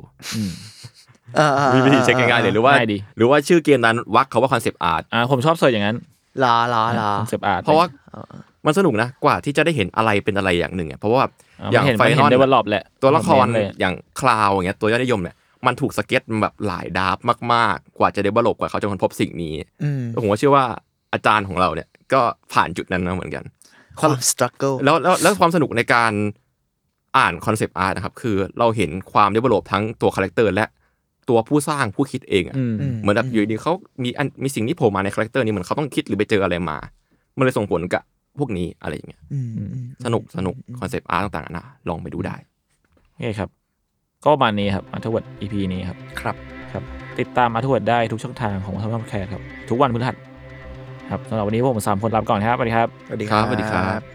D: อ่าอ่า
C: มีวิธีเช็คง่ายๆเลยหรือว่า
B: ง่ายดี
C: หรือว่าชื่อเกมนั้นวักเขาว่าคอนเซปต์อาร์ต
B: อ่าผมชอบเสิร์ชอย่างนั้น
D: ลาลาลา
B: คอนเซปต์อาร์ต
C: เพราะว่ามันสนุกนะกว่าที่จะได้เห็นอะไรเป็นอะไรอย่างหนึ่งอ่ะเพราะว่าอ
B: อา
C: ย่ย่าง ง
B: เห็น
C: ไฟ
B: มัน
C: น
B: เห็
C: อน ล
B: เดเวลลอปแหละ
C: ตัวละคร
B: เลย
C: อย่างคลาวอย่างเงี้ยตัวยอดนิยมเนี่ยมันถูกสเก็ตมาแบบหลายดาบมากๆ กว่าจะได้บลบกว่าเขาจะค้นพบสิ่งนี้
D: อืม
C: ผมก็เชื่อว่าอาจารย์ของเราเนี่ยก็ผ่านจุดนั้นมาเหมือนกัน
D: ความสตรัคเกิล
C: แล้วแล้วแล้วความสนุกในการอ่านคอนเซปต์อาร์ตนะครับคือเราเห็นความได้บลบทั้งตัวคาแรคเตอร์และตัวผู้สร้างผู้คิดเองอะ
B: อืม
C: เหมือนแบบอยู่ดีเขามีอันมีสิ่งที่โผล่มาในคาแรคเตอร์นี้เหมือนเขาต้องคิดหรือไปเจออะไรมา มันเลยส่งผลกับพวกนี้อะไรอย่างเงี้ย สนุกสนุกคอนเซปต์อาร์ตต่างๆนะลองไปดูได้
B: โอเคครับ ก็ประมาณนี้ครับอัธวัต EP นี้ครับ
D: ครับ
B: ครับติดตามอาทวดได้ทุกช่องทางของทอมทอมแคร์ครับ ทุกวันพฤหัสครับสำหรับวันนี้พวกผมสามคนลาไปก่อนครับสวัสดีครับ
D: สวัสดี
C: สวัสดีครับ